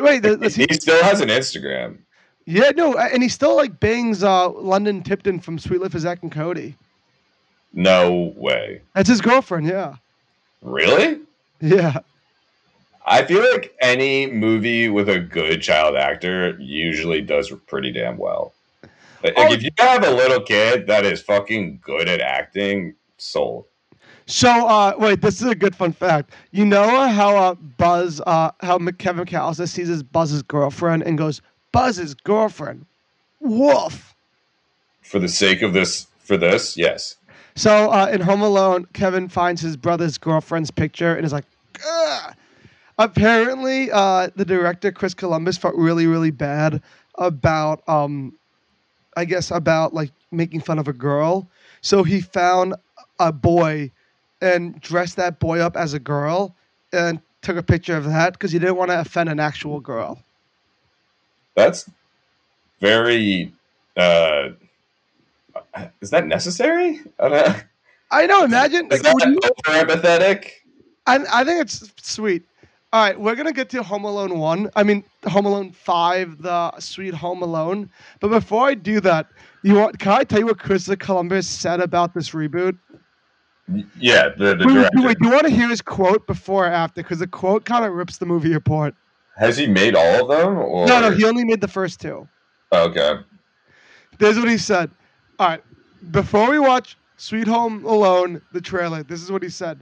Wait, the, the,
He still has an Instagram.
yeah, no, and he still like bangs uh, London Tipton from Sweet Life of Zack and Cody.
No way.
That's his girlfriend. Yeah,
Really?
yeah.
I feel like any movie with a good child actor usually does pretty damn well. Like,
Oh.
if you have a little kid that is fucking good at acting, sold.
So uh, wait, this is a good fun fact. You know how uh, Buzz, uh, how Mc- Kevin McAllister sees his Buzz's girlfriend and goes, "Buzz's girlfriend, woof."
For the sake of this, for this, yes.
So uh, in Home Alone, Kevin finds his brother's girlfriend's picture and is like, Ugh. apparently uh, the director Chris Columbus felt really, really bad about, um, I guess, about like making fun of a girl. So he found a boy and dressed that boy up as a girl and took a picture of that because he didn't want to offend an actual girl.
That's very. uh Is that necessary? I don't know.
I know. Imagine
Is
like,
that
would you-
over empathetic?
I, I think it's sweet. All right, we're gonna get to Home Alone one. I mean, Home Alone five, the Sweet Home Alone. But before I do that, you want? Can I tell you what Chris Columbus said about this reboot?
Yeah, the, the
Wait, wait,
director.
wait, do you want to hear his quote before or after? Because the quote kind of rips the movie apart.
Has he made all of them? Or...
No, no, he only made the first two.
Okay.
This is what he said. All right. Before we watch Sweet Home Alone, the trailer, this is what he said.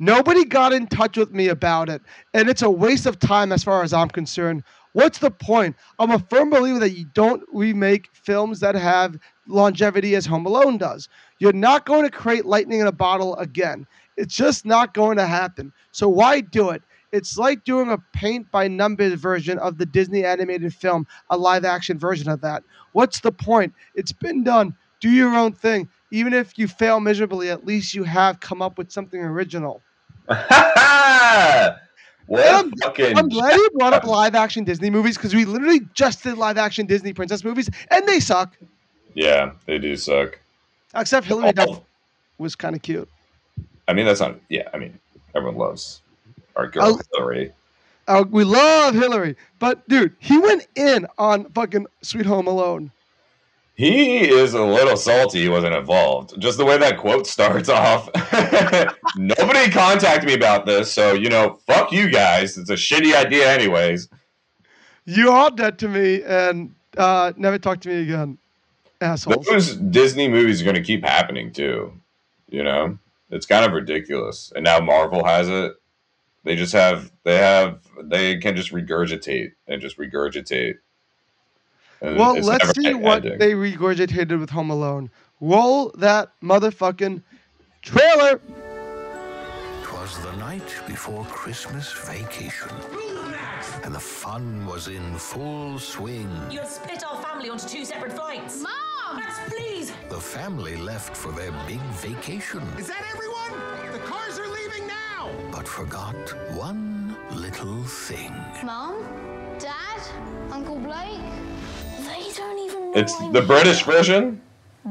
Nobody got in touch with me about it, and it's a waste of time as far as I'm concerned. What's the point? I'm a firm believer that you don't remake films that have longevity as Home Alone does. You're not going to create lightning in a bottle again. It's just not going to happen. So why do it? It's like doing a paint by numbers version of the Disney animated film, a live action version of that. What's the point? It's been done. Do your own thing. Even if you fail miserably, at least you have come up with something original.
what
I'm-
fucking
I'm glad you brought up live action Disney movies because we literally just did live action Disney princess movies and they suck.
Yeah, they do suck.
Except
Oh.
Hillary Duff was kind of cute.
I mean, that's not. Yeah, I mean, everyone loves our
I'll-
girl Hillary.
Uh, we love Hillary. But dude, he went in on fucking Sweet Home Alone.
He is a little salty. He wasn't involved. Just the way that quote starts off. Nobody contacted me about this, so you know, fuck you guys. It's a shitty idea, anyways.
You are dead to me and uh, never talk to me again. Assholes.
Those Disney movies are going to keep happening too. You know, it's kind of ridiculous. And now Marvel has it. They just have they have they can just regurgitate and just regurgitate. And
Well,
it's
let's
never
see what
ending.
they regurgitated with Home Alone. Roll that motherfucking trailer.
Twas the night before Christmas vacation. And the fun was in full swing.
You had split our family onto two separate flights.
Mom!
Max, please,
the family left for their big vacation.
Is that everyone? The cars are leaving now!
But forgot one little thing.
Mom, Dad, Uncle Blake. They don't even know.
It's
I'm
the British
here.
version.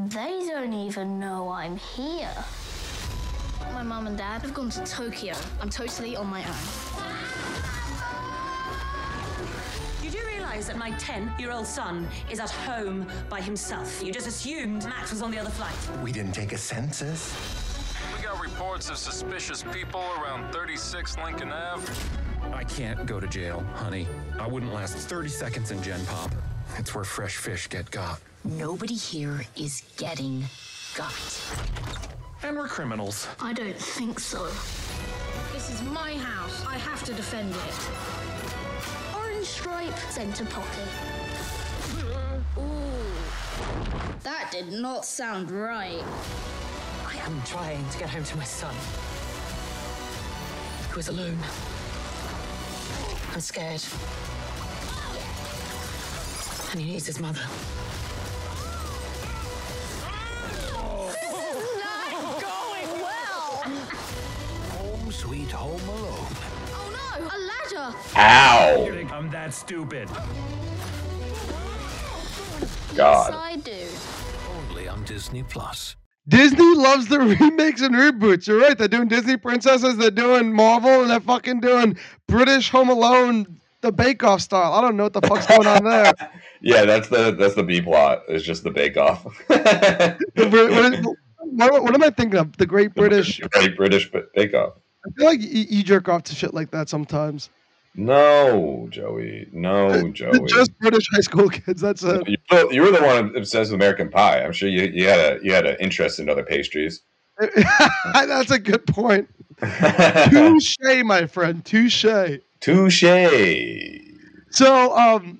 They don't even know I'm here. My mom and dad have gone to Tokyo.
I'm totally on my own.
You do realize that my 10 year old son is at home by himself. You just assumed Max was on the other flight.
We didn't take a census.
We got reports of suspicious people around 36 Lincoln Ave.
I can't go to jail, honey. I wouldn't last 30 seconds in Gen Pop. It's where fresh fish get got.
Nobody here is getting got.
And we're criminals.
I don't think so. This is my house. I have to defend it.
Orange stripe, center pocket. Ooh. That did not sound right.
I am trying to get home to my son, who is alone. I'm scared. And he needs his mother.
Not going well!
Home sweet home alone.
Oh no, a ladder!
Ow.
I'm that stupid.
God.
Yes, I do.
Only on Disney Plus.
Disney loves the remakes and reboots. You're right. They're doing Disney Princesses. They're doing Marvel, and they're fucking doing British Home Alone, the Bake Off style. I don't know what the fuck's going on there.
Yeah, that's the that's the B plot. It's just the Bake Off.
The Brit- what, is- what- what am I thinking of? The Great British.
Great British B- Bake Off.
I feel like you, you jerk off to shit like that sometimes.
No, Joey. No, Joey.
Just British high school kids. That's it.
you, were- you were the one obsessed with American Pie. I'm sure you, you had a you had an interest in other pastries.
That's a good point. Touche, my friend. Touche.
Touche.
So, um,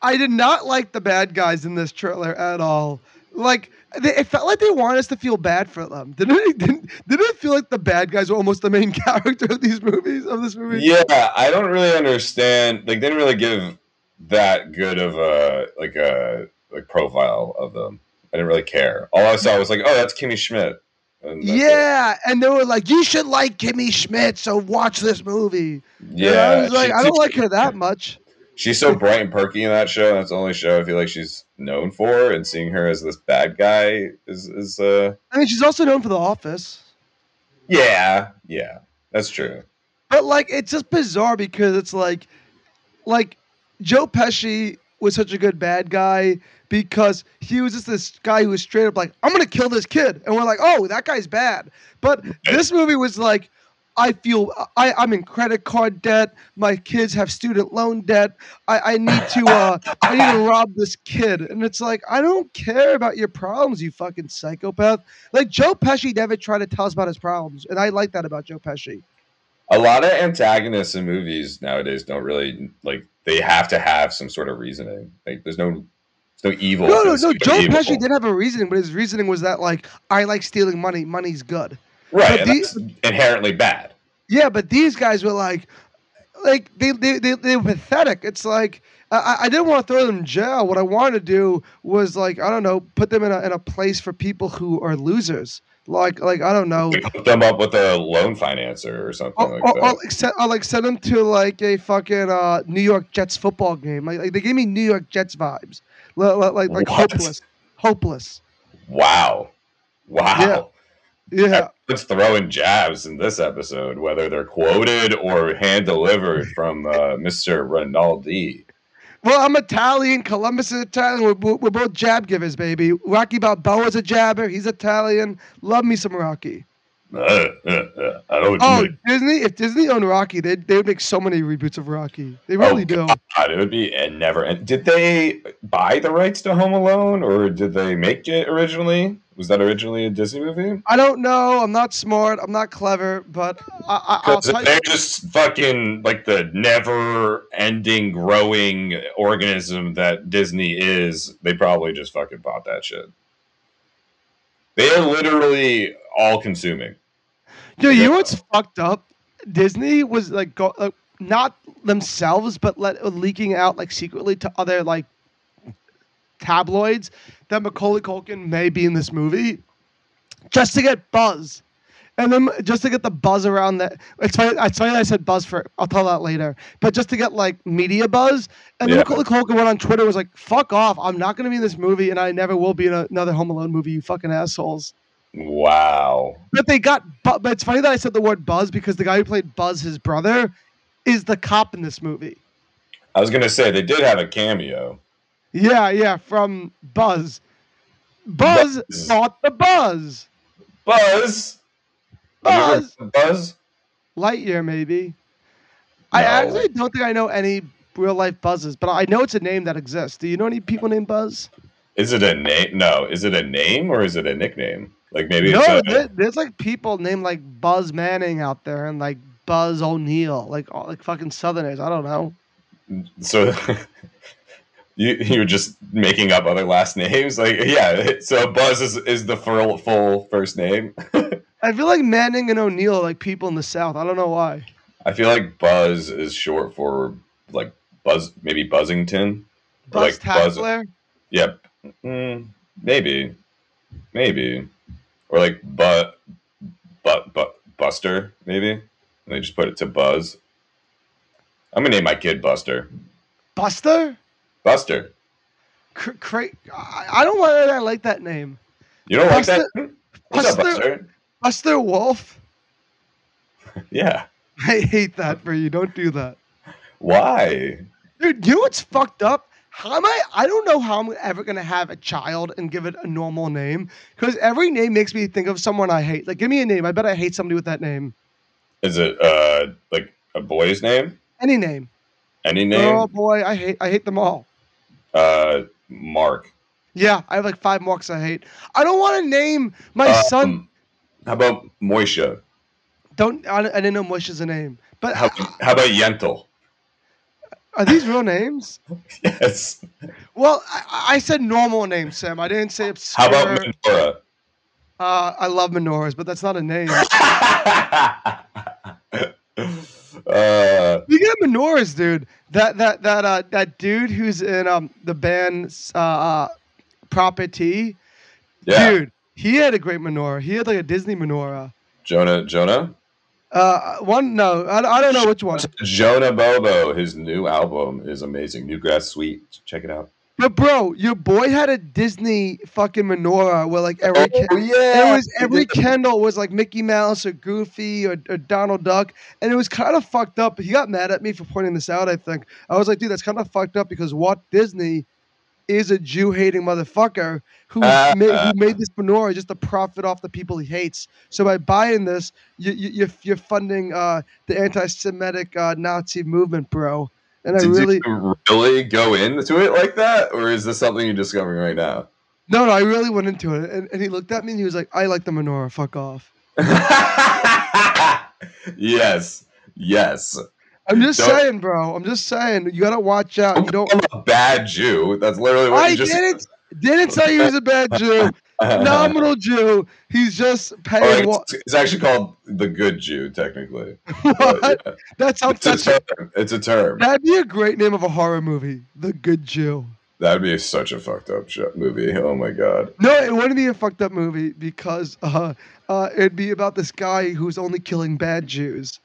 I did not like the bad guys in this trailer at all. Like, they, it felt like they wanted us to feel bad for them. Didn't it? Didn't, didn't it feel like the bad guys were almost the main character of these movies? Of this movie?
Yeah, I don't really understand. Like, they didn't really give that good of a like a like profile of them. I didn't really care. All I saw was like, oh, that's Kimmy Schmidt. And that's it.
Yeah, and they were like, "You should like Kimmy Schmidt, so watch this movie."
yeah.
and I was like,
she-
"I don't like her that much."
She's so bright and perky in that show. and That's the only show I feel like she's known for. And seeing her as this bad guy is is uh
I mean, she's also known for The Office.
yeah yeah that's true.
But like, it's just bizarre because it's like, like Joe Pesci was such a good bad guy because he was just this guy who was straight up like, I'm gonna kill this kid, and we're like, oh, that guy's bad. But this movie was like. I feel I, I'm in credit card debt. My kids have student loan debt. I, I need to uh, I need to rob this kid, and it's like I don't care about your problems, you fucking psychopath. Like Joe Pesci never tried to tell us about his problems, and I like that about Joe Pesci.
A lot of antagonists in movies nowadays don't really like they have to have some sort of reasoning. Like there's no there's no evil.
No, no,
there's
no. Joe
evil.
Pesci did have a reasoning, but his reasoning was that like I like stealing money. Money's good.
right.
but
and
these-
that's inherently bad.
Yeah, but these guys were like, like they they they, they were pathetic. It's like I, I- I didn't want to throw them in jail. What I wanted to do was like I don't know, put them in a in a place for people who are losers. Like like I don't know.
Like, hook them up with a loan financer or something
Or,
like
or, or
that.
like send, or like send them to like a fucking uh, New York Jets football game. Like, like they gave me New York Jets vibes. Like like, like
What?
hopeless, hopeless.
Wow, wow.
Yeah. Yeah.
Let's throw in jabs in this episode, whether they're quoted or hand delivered from uh, Mr. Rinaldi.
Well, I'm Italian. Columbus is Italian. We're, bo- we're both jab givers, baby. Rocky Balboa's a jabber. He's Italian. Love me some Rocky.
Uh, uh, uh, I don't
Oh,
do it.
Disney! If Disney owned Rocky, they they would make so many reboots of Rocky. They really do.
God, it would be and never end. Did they buy the rights to Home Alone or did they make it originally? Was that originally a Disney movie?
I don't know. I'm not smart. I'm not clever, but I, I, I'll
'Cause
tell you.
they're just fucking like the never ending growing organism that Disney is. They probably just fucking bought that shit. They are literally all consuming.
Yo, you know what's fucked up? Disney was like, go, like uh, not themselves, but let leaking out like secretly to other like tabloids that Macaulay Culkin may be in this movie, just to get buzz. And then just to get the buzz around that, it's funny. It's funny that I said buzz for. I'll tell that later. But just to get like media buzz, and then
Yeah.
Macaulay Culkin went on Twitter and was like, "Fuck off! I'm not going to be in this movie, and I never will be in a- another Home Alone movie. You fucking assholes."
Wow.
But they got. Bu- but it's funny that I said the word buzz because the guy who played Buzz, his brother, is the cop in this movie.
I was gonna say they did have a cameo.
Yeah, yeah, from Buzz. Buzz bought the Buzz.
Buzz.
Buzz.
Buzz.
Lightyear, maybe. I
No.
actually don't think I know any real life buzzes, but I know it's a name that exists. Do you know any people named Buzz?
Is it a name? No. Is it a name or is it a nickname? Like maybe
no,
it's a,
there- there's like people named like Buzz Manning out there and like Buzz O'Neill, like all, like fucking Southerners. I don't know.
so you you're just making up other last names. Like yeah. So Buzz is is the full full first name.
I feel like Manning and O'Neill are like people in the South. I don't know why.
I feel like Buzz is short for like Buzz, maybe Buzzington. Or,
Buzz
like
Tackler.
Yep. Mm, maybe. Maybe. Or like but but but Buster, maybe. And they just put it to Buzz. I'm gonna name my kid Buster.
Buster?
Buster.
Cr- cra- I I don't know why I like that name.
You don't like
Buster-
that? What's up,
Buster, Buster Wolf?
Yeah.
I hate that for you. Don't do that.
Why?
Dude, you know what's fucked up? How am I? I don't know how I'm ever gonna have a child and give it a normal name because every name makes me think of someone I hate. Like, give me a name. I bet I hate somebody with that name.
Is it uh like a boy's name?
Any name.
Any
Girl,
name?
boy, I hate. I hate them all.
Uh Mark.
Yeah, I have like five marks I hate. I don't want to name my
Um,
son.
How about Moisha?
Don't. I, I didn't know Mush is a name. But
How, how about Yentl?
are these real names?
Yes.
Well, I, I said normal names, Sam. I didn't say obscure.
How about Menorah?
Uh, I love menorahs, but that's not a name.
Uh
You get menorahs, dude. That that that uh that dude who's in um the band uh, uh Property,
yeah.
dude. He had a great menorah. He had like a Disney menorah.
Jonah Jonah?
Uh, one no, I, I don't know which one.
Jonah Bobo, his new album is amazing. Newgrass Suite. Check it out.
But bro, your boy had a Disney fucking menorah where like every
Oh,
ca-
yeah.
it was
He
every
did the-
candle was like Mickey Mouse or Goofy or, or Donald Duck, and it was kind of fucked up. He got mad at me for pointing this out. I think I was like, dude, that's kind of fucked up because Walt Disney is a Jew hating motherfucker who,
Ah.
ma- who made this menorah just to profit off the people he hates. So by buying this, you, you, you're, you're funding uh, the anti-Semitic uh, Nazi movement, bro. And I
Did
really
you really go into it like that? Or is this something you're discovering right now?
No, no, I really went into it. And, and he looked at me and he was like, I like the menorah. Fuck off.
Yes. Yes.
I'm just
Don't-
saying, bro. I'm just saying. You got to watch out. You don't.
A bad Jew. That's literally what
I
you just
didn't, didn't say he was a bad Jew. Nominal Jew. He's just
Oh,
paying
it's,
what?
it's actually called the good Jew, technically.
what?
yeah.
That's how.
It's a
That's,
term. It's a term.
that'd be a great name of a horror movie. The Good Jew.
That would be such a fucked up sh- movie. Oh my god.
No, it wouldn't be a fucked up movie because uh, uh, it'd be about this guy who's only killing bad Jews.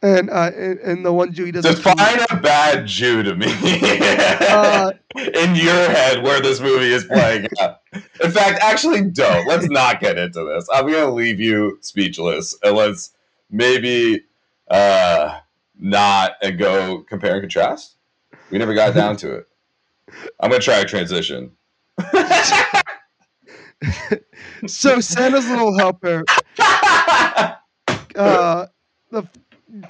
And, uh, and, and the one Jew he doesn't kill-
Define a bad Jew to me.
Uh,
In your head, where this movie is playing out. In fact, actually, don't. Let's not get into this. I'm going to leave you speechless, and let's maybe uh, not and go compare and contrast. We never got down to it. I'm going to try a transition.
So Santa's little helper. uh, the,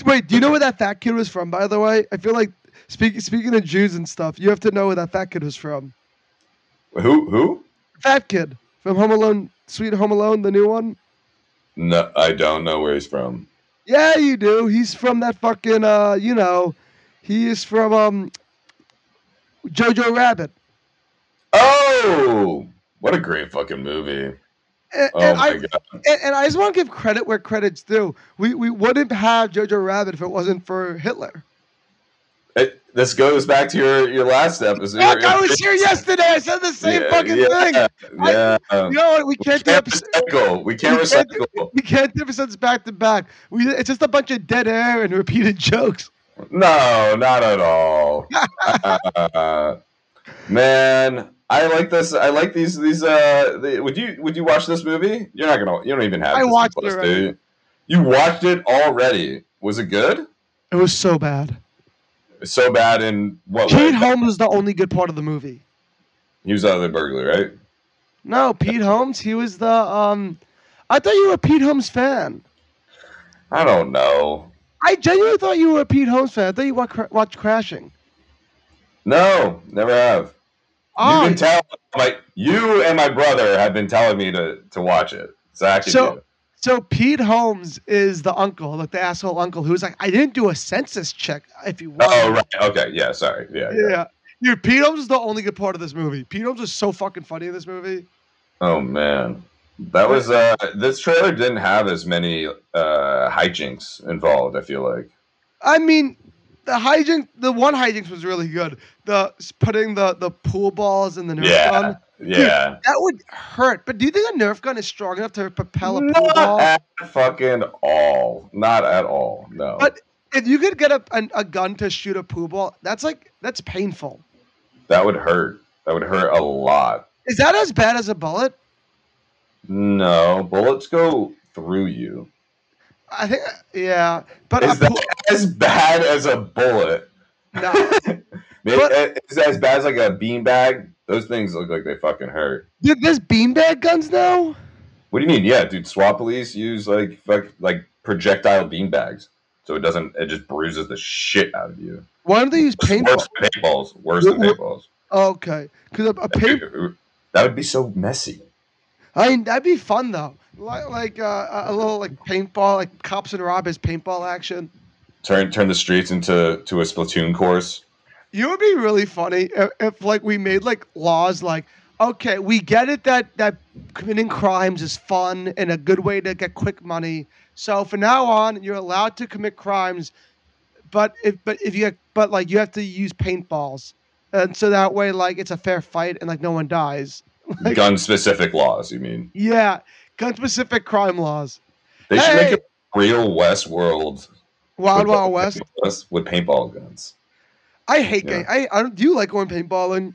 wait, do you know where that fat kid was from? By the way, I feel like speaking speaking of Jews and stuff, you have to know where that fat kid was from.
Who? Who?
Fat kid from Home Alone, Sweet Home Alone, the new one.
No, I don't know where he's from.
Yeah, you do. He's from that fucking uh, you know, he is from um, Jojo Rabbit.
Oh, what a great fucking movie.
And,
Oh
and
my
I,
God.
And, and I just want to give credit where credit's due. We we wouldn't have Jojo Rabbit if it wasn't for Hitler.
It, this goes back to your, your last episode.
Fuck, I was here yesterday. I said the same
Yeah,
fucking
yeah,
thing.
Yeah.
I, you know what? We can't, do episodes.
recycle. We can't
we can't do-
recycle.
We can't do episodes back to back. We it's just a bunch of dead air and repeated jokes.
No, not at all. Uh, man, I like this. I like these. These. Uh, the, would you Would you watch this movie? You're not gonna. You don't even have.
I
Disney
watched it
Plus,
already.
dude. You watched it already. Was it good?
It was so bad.
It's so bad in what? way?
Pete Holmes is the only good part of the movie.
He was out of the burglar, right?
No, Pete Holmes. He was the um. I thought you were a Pete Holmes fan.
I don't know.
I genuinely thought you were a Pete Holmes fan. I thought you wa- watched Crashing.
No, never have.
Oh.
You've been telling like you and my brother have been telling me to to watch it. Zach and
So-
you.
So Pete Holmes is the uncle, like the asshole uncle, who's like, I didn't do a census check. If you want,
Oh right. Okay. Yeah. Sorry. Yeah.
yeah. Dude, Pete Holmes is the only good part of this movie. Pete Holmes is so fucking funny in this movie.
Oh man, that was uh this trailer didn't have as many uh hijinks involved. I feel like
I mean, the hijink, the one hijinks was really good. The s- putting the the pool balls in the Nerf
Yeah,
gun.
yeah.
that would hurt. But do you think a Nerf gun is strong enough to propel a pool ball?
at fucking all, not at all. No,
But if you could get a, an, a gun to shoot a pool ball, that's like that's painful.
that would hurt. That would hurt a lot.
Is that as bad as a bullet?
No, bullets go through you.
I think yeah, but
Is
a
that
pool,
as bad as a bullet?
no.
Maybe, is that as bad as like a beanbag? Those things look like they fucking hurt.
Dude, there's beanbag guns now.
What do you mean? Yeah, dude. SWAT police use like fuck, like projectile beanbags, so it doesn't. It just bruises the shit out of you.
Why don't they use paintball?
Worse than paintballs. Worse
Wh-
than
wh-
paintballs.
Okay, because a, a paint.
That would be so messy.
I mean, that'd be fun though. Like, like uh, a- a little like paintball, like cops and robbers paintball action.
Turn turn the streets into to a splatoon course.
You would be really funny if, if like we made like laws like, okay, we get it that that committing crimes is fun and a good way to get quick money. So from now on, you're allowed to commit crimes, but if but if you but like you have to use paintballs, and so that way like it's a fair fight and like no one dies.
Gun specific laws. You mean
Yeah, gun specific crime laws.
they should
Hey!
make a real West World
Wild Wild West.
with paintball guns.
I hate
Yeah.
gang. I, I don't. Do you like going paintballing?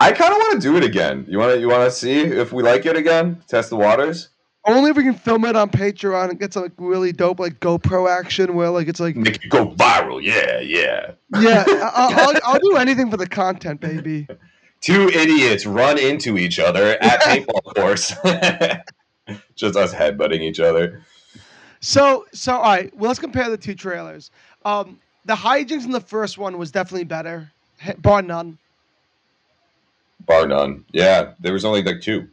I kind of want to do it again. You want to you want to see if we like it again? Test the waters.
Only if we can film it on Patreon and get some like really dope like GoPro action where like it's like
Make it go viral. Yeah, yeah.
yeah, I, I'll, I'll do anything for the content, baby.
Two idiots run into each other at paintball course. Just us headbutting each other.
So so all right, well let's compare the two trailers. Um, the hijinks in the first one was definitely better, he- bar none.
Bar none. Yeah, there was only like two.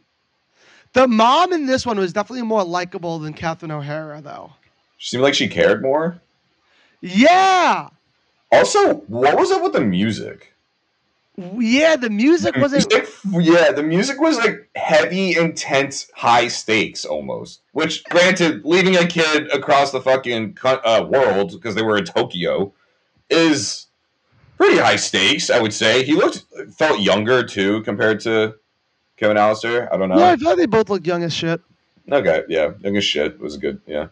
The mom in this one was definitely more likable than Catherine O'Hara though.
She seemed like she cared more.
Yeah,
Also, what was up with the music?
yeah, the music wasn't.
Music- yeah, the music was like heavy, intense, high stakes almost. Which, granted, leaving a kid across the fucking co- uh, world because they were in Tokyo is pretty high stakes, I would say. He looked felt younger too compared to Kevin Allister. I don't know.
Yeah, I thought they both looked young as shit.
Okay, yeah, young as shit was good. Yeah,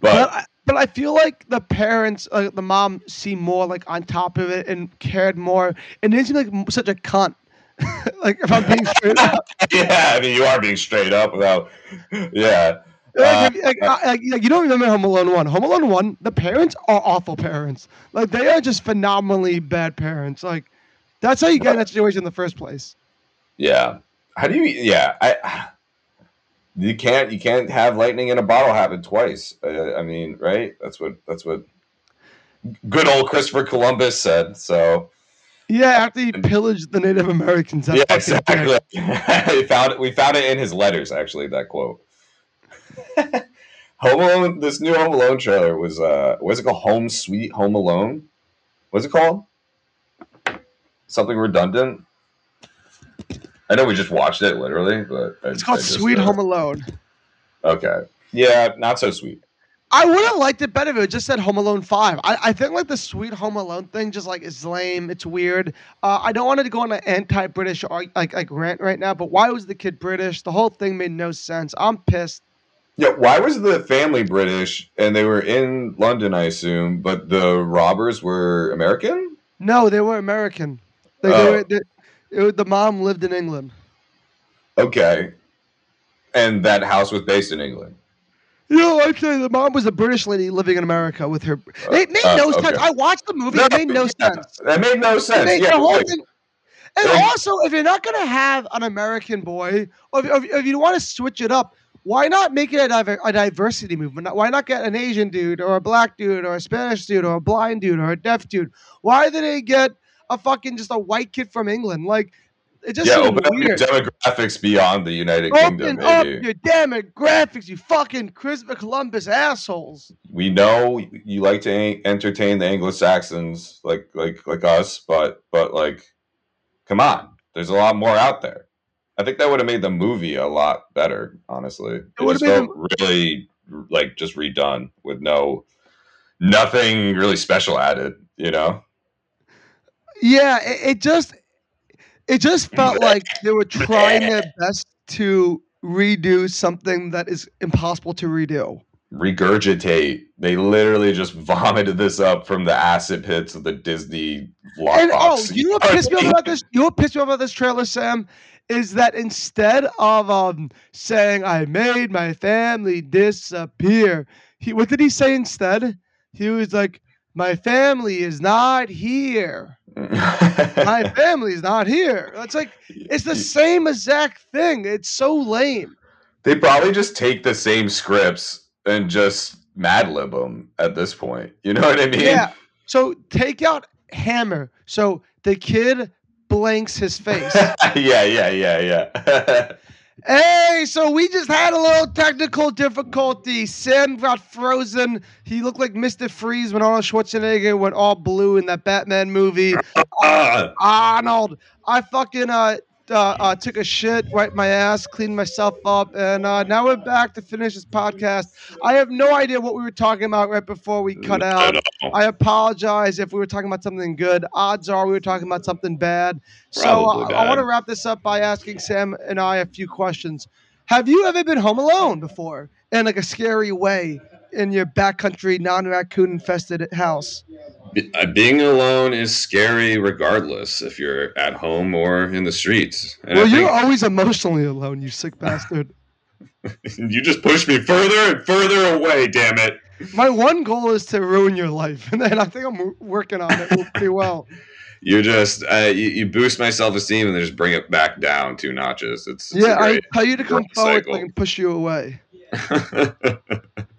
But
but
I, but I feel like the parents, uh, the mom, seemed more like on top of it and cared more, and didn't seem like m- such a cunt. like if I'm being straight
Uh,
up,
yeah, I mean, you are being straight up without. Yeah, uh,
like, if- like, I- like, like, you don't remember Home Alone one. Home Alone one, the parents are awful parents. Like they are just phenomenally bad parents. Like that's how you get in that situation in the first place.
yeah. How do you? Yeah, I. You can't. You can't have lightning in a bottle happen twice. Uh, I mean, right? That's what. That's what. Good old Christopher Columbus said. So
Yeah, after he pillaged the Native Americans. that
yeah,
fucking dick.
exactly. we found it. We found it in his letters. Actually, that quote. Home Alone. This new Home Alone trailer was. uh What's it called? Home Sweet Home Alone. What's it called? Something redundant. I know we just watched it literally, but I-
It's called
I just,
Sweet
uh,
Home Alone.
Okay. Yeah, not so sweet.
I would have liked it better if it just said Home Alone Five. I, I think like the sweet Home Alone thing just like is lame. It's weird. Uh, I don't want to go on an anti-British ar- like like rant right now, but why was the kid British? The whole thing made no sense. I'm pissed.
Yeah, why was the family British and they were in London, I assume, but the robbers were American?
No, they were American. They,
Oh.
they were, they, it, was- the mom lived in England.
Okay. And that house was based in England.
You know, I tell you, the mom was a British lady living in America with her. It made
uh,
no
okay.
sense. I watched the movie. it made no sense.
That made no sense.
They-
yeah,
the whole
right.
thing- and
Right.
also, if you're not gonna have an American boy, or if, if you want to switch it up, why not make it a, diver- a diversity movement? Why not get an Asian dude, or a black dude, or a Spanish dude, or a blind dude, or a deaf dude? Why did they get a fucking just a white kid from England? Like, it just
yeah,
seemed
open up your
weird.
demographics beyond the United Kingdom,
Open up
baby.
your demographics, you fucking Christopher Columbus assholes.
we know you like to en- entertain the Anglo Saxons like like like us, but but like, come on, there's a lot more out there. I think that would have made the movie a lot better, honestly. It,
would've
just
made
felt really like just redone with no nothing really special added, you know.
Yeah, it, it just it just felt like they were trying their best to redo something that is impossible to redo.
Regurgitate. They literally just vomited this up from the acid pits of the Disney lockbox.
And oh, you know what pissed me off about this? You know what pissed me off about this trailer, Sam? Is that instead of um saying I made my family disappear, he what did he say instead? He was like, My family is not here. my family's not here. It's like it's the same exact thing. It's so lame.
They probably just take the same scripts and just mad lib them at this point. You know what I mean?
Yeah. So take out hammer. So the kid blanks his face.
yeah, yeah, yeah, yeah.
hey, so we just had a little technical difficulty. Sam got frozen. He looked like Mr. Freeze when Arnold Schwarzenegger went all blue in that Batman movie.
Ah.
Arnold, I fucking uh, uh, uh, took a shit, wiped my ass, cleaned myself up, and uh, now we're back to finish this podcast. I have no idea what we were talking about right before we
uh,
cut out. I apologize if we were talking about something good. Odds are we were talking about something bad. So uh,
Probably
I want to
bad.
wrap this up by asking Sam and I a few questions. Have you ever been home alone before in like a scary way in your backcountry non-raccoon infested house?
Be- uh, Being alone is scary, regardless if you're at home or in the streets. And
well,
I
you're
think
always emotionally alone, you sick bastard.
you just push me further and further away. Damn it!
My one goal is to ruin your life, and I think I'm w- working on it pretty well.
You just uh, you, you boost my self esteem and then just bring it back down two notches. It's, it's a
yeah, I
great
tell you to come
great
forward so
cycle.
I can push you away.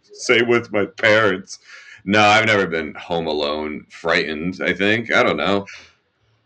Same with my parents. No, I've never been home alone, frightened. I think I don't know.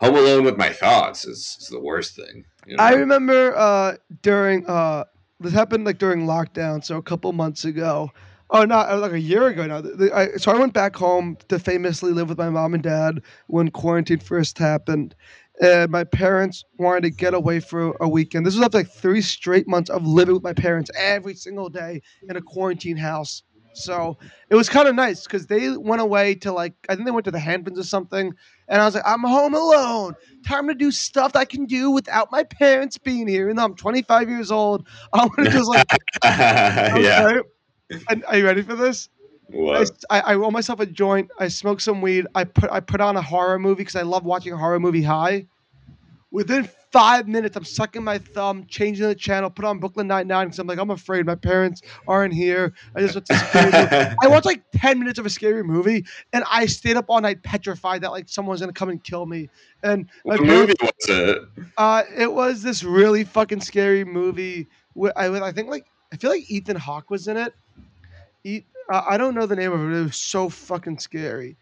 Home alone with my thoughts is, is the worst thing. you know?
I remember uh, during uh, this happened like during lockdown, so a couple months ago. Oh, not uh, like a year ago now. The- the- I, so I went back home to famously live with my mom and dad when quarantine first happened. And my parents wanted to get away for a weekend. This was after like three straight months of living with my parents every single day in a quarantine house. So it was kind of nice because they went away to like I think they went to the Hamptons or something, and I was like, I'm home alone. Time to do stuff that I can do without my parents being here. And I'm 25 years old. I want to just like,
yeah.
okay. And are you ready for this? I,
What?
I, I roll myself a joint. I smoke some weed. I put I put on a horror movie because I love watching a horror movie high. Within five minutes, I'm sucking my thumb, changing the channel, put on Brooklyn Nine Nine because I'm like I'm afraid my parents aren't here. I just watched a scary movie. I watched like ten minutes of a scary movie, and I stayed up all night petrified that like someone's gonna come and kill me. And my
What
parents-
movie was it?
uh, it was this really fucking scary movie. With, I, with, I think like I feel like Ethan Hawke was in it. E- uh, I don't know the name of it. It was so fucking scary.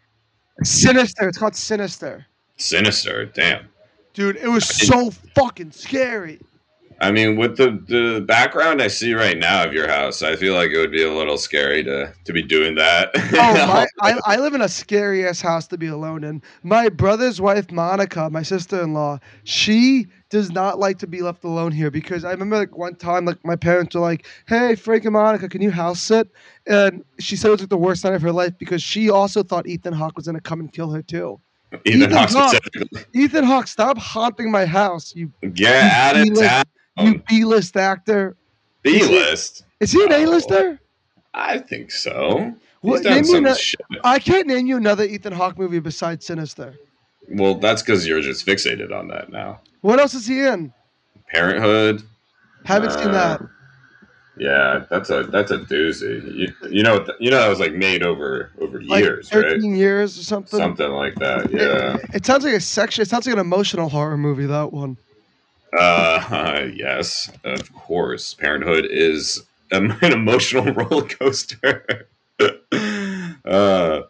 Sinister. It's called Sinister.
Sinister. Damn.
Dude, it was so fucking scary.
I mean, with the, the background I see right now of your house, I feel like it would be a little scary to to be doing that.
Oh, my, I, I live in a scary ass house to be alone in. My brother's wife, Monica, my sister in law, she does not like to be left alone here because I remember like one time like my parents were like, "Hey, Frank and Monica, can you house sit?" And she said it was like the worst night of her life because she also thought Ethan Hawke was going to come and kill her too.
Ethan Hawke specifically.
Hawke, Ethan Hawke, stop haunting my house, you
Get out of
B-list-
town.
you B-list actor.
B list.
Is he an A-lister?
I think so.
Well,
He's done
name me
some
ano-
shit.
I can't name you another Ethan Hawke movie besides Sinister.
Well, that's because you're just fixated on that now.
What else is he in?
Parenthood.
Haven't seen
Uh,
that.
Yeah, that's a that's a doozy. You, you know th- you know that was like made over over
Like
years, right?
thirteen years or something.
Something like that. Yeah.
It sounds like a section. It sounds like an emotional horror movie. That one.
Uh, yes, of course. Parenthood is um, an emotional roller coaster. uh,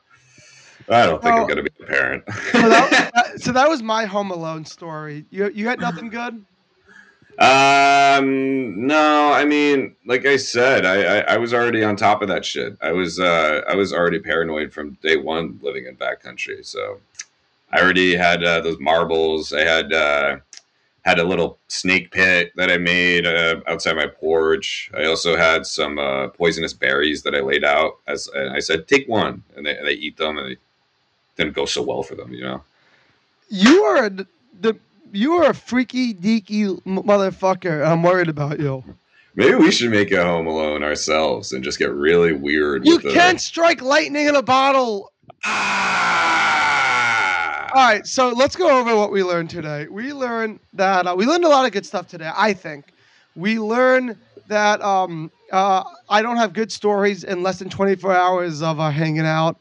I don't think I'm
Well-
gonna be a parent.
So that, that- so that was my Home Alone story. You you had nothing good.
Um, no, I mean, like I said, I, I I was already on top of that shit. I was uh I was already paranoid from day one living in backcountry. So I already had uh, those marbles. I had uh had a little snake pit that I made uh, outside my porch. I also had some uh, poisonous berries that I laid out as and I said, take one, and they, and they eat them, and it didn't go so well for them, you know.
You are a, the you are a freaky deaky m- motherfucker. I'm worried about you.
Maybe we should make a Home Alone ourselves and just get really weird.
You
with the-
can't strike lightning in a bottle. All right, so let's go over what we learned today. We learned that uh, we learned a lot of good stuff today. I think we learned that um, uh, I don't have good stories in less than 24 hours of uh, hanging out.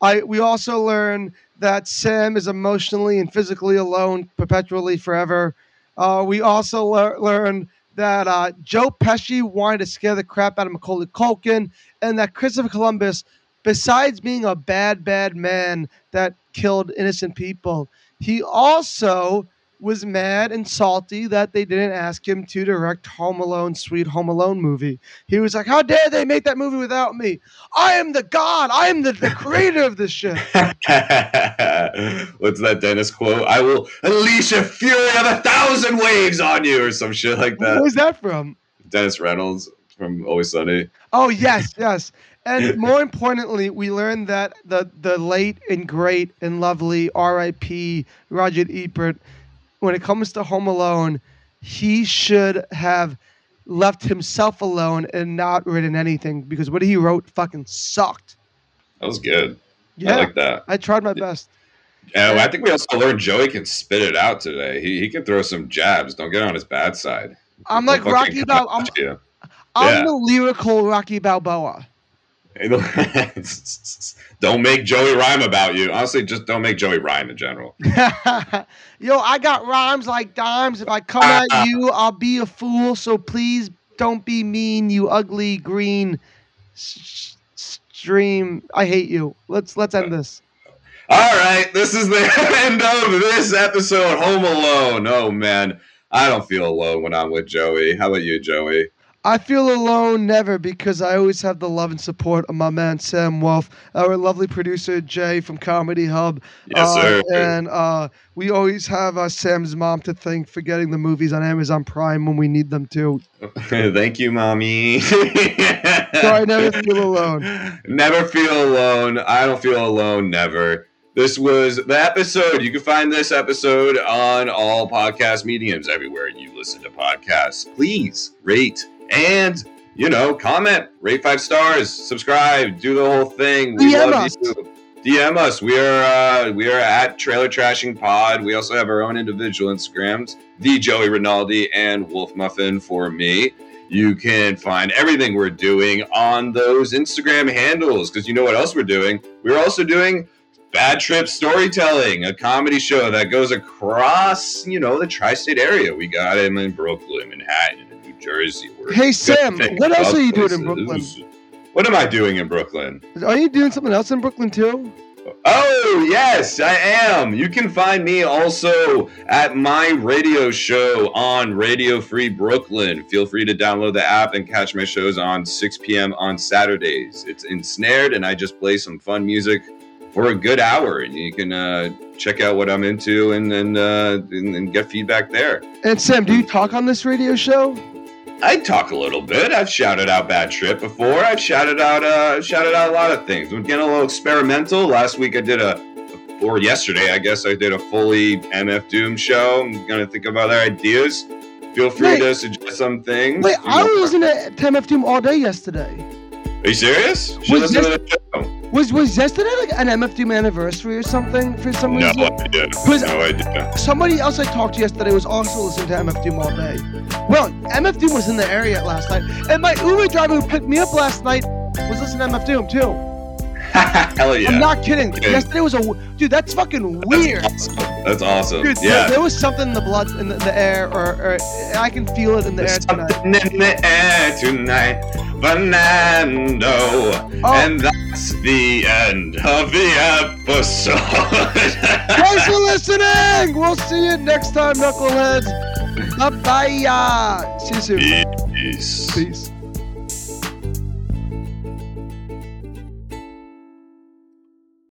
I we also learned that Sam is emotionally and physically alone perpetually forever. Uh, we also lear- learned that uh, Joe Pesci wanted to scare the crap out of Macaulay Culkin, and that Christopher Columbus, besides being a bad, bad man that killed innocent people, he also was mad and salty that they didn't ask him to direct Home Alone, Sweet Home Alone movie. He was like, "How dare they make that movie without me? I am the god. I am the, the creator of this shit."
What's that Ah! Dennis quote? I will unleash a fury of a thousand waves on you, or some shit like
Where
that.
was that from?
Dennis Reynolds from Always Sunny.
Oh yes, yes. And more importantly, we learned that the the late and great and lovely R.I.P. Roger Ebert, when it comes to Home Alone, he should have left himself alone and not written anything because what he wrote fucking sucked.
That was good.
Yeah,
I like that.
I tried my best.
And I think we also learned Joey can spit it out today. He, he can throw some jabs. Don't get on his bad side.
I'm like
He'll
Rocky
fucking
Bal-
come
I'm,
at you.
I'm
Yeah.
the lyrical Rocky Balboa.
don't make Joey rhyme about you. Honestly, just don't make Joey rhyme in general.
Yo, I got rhymes like dimes. If I come at you, I'll be a fool. So please don't be mean, you ugly green s- s- stream. I hate you. Let's let's end this.
All right, this is the end of this episode. Home Alone. Oh man, I don't feel alone when I'm with Joey. How about you, Joey?
I feel alone never because I always have the love and support of my man Sam Wolf, our lovely producer Jay from Comedy Hub.
Yes,
Uh,
sir.
And uh, we always have uh, Sam's mom to thank for getting the movies on Amazon Prime when we need them to.
Thank you, mommy.
So I never feel alone.
Never feel alone. I don't feel alone. Never. This was the episode. You can find this episode on all podcast mediums everywhere you listen to podcasts. Please rate and you know comment, rate five stars, subscribe, do the whole thing. We
DM
love
us.
you. DM us. We are uh, we are at Trailer Trashing Pod. We also have our own individual Instagrams, the Joey Rinaldi and Wolf Muffin for me. You can find everything we're doing on those Instagram handles because you know what else we're doing? We're also doing Bad Trip Storytelling, a comedy show that goes across, you know, the tri state area. We got him in Brooklyn, Manhattan, and New Jersey. We're
Hey, Sam,
gonna take
what else
about
are you doing in
places. What am I doing in Brooklyn?
Are you doing something else in Brooklyn too?
Oh, yes, I am. You can find me also at my radio show on Radio Free Brooklyn. Feel free to download the app and catch my shows on 6 p.m. on Saturdays. It's ensnared, and I just play some fun music
for a good hour, and you can uh, check out what I'm into and and, uh, and and get feedback there.
And Sam, do you talk on this radio show?
I talk a little bit. I've shouted out Bad Trip before. I've shouted out uh, shouted out a lot of things. I'm getting a little experimental. Last week I did a, or yesterday I guess I did a fully MF Doom show. I'm gonna think of other ideas. Feel free
Wait.
to suggest some things.
Wait,
You
I
know,
was in a 10 FTM all day yesterday.
Are you serious? You should
Was
listen to
this-
the show.
Was was yesterday like an MFDM anniversary or something for some
No
reason?
idea.
Was-
No idea.
Somebody else I talked to yesterday was also listening to MF Doom all day. Well, MF Doom was in the area last night, and my Uber driver who picked me up last night was listening to MF Doom too.
Hell yeah.
I'm not kidding.
Okay.
Yesterday was a w- dude. That's fucking weird.
That's awesome.
Dude, there-
yeah.
there was something in the blood, in the, the air, or, or I can feel it in the air tonight.
Something in the air tonight, Fernando. And that's the end of the episode.
Thanks for listening. We'll see you next time, knuckleheads. Bye bye. See you soon.
Peace.
Peace.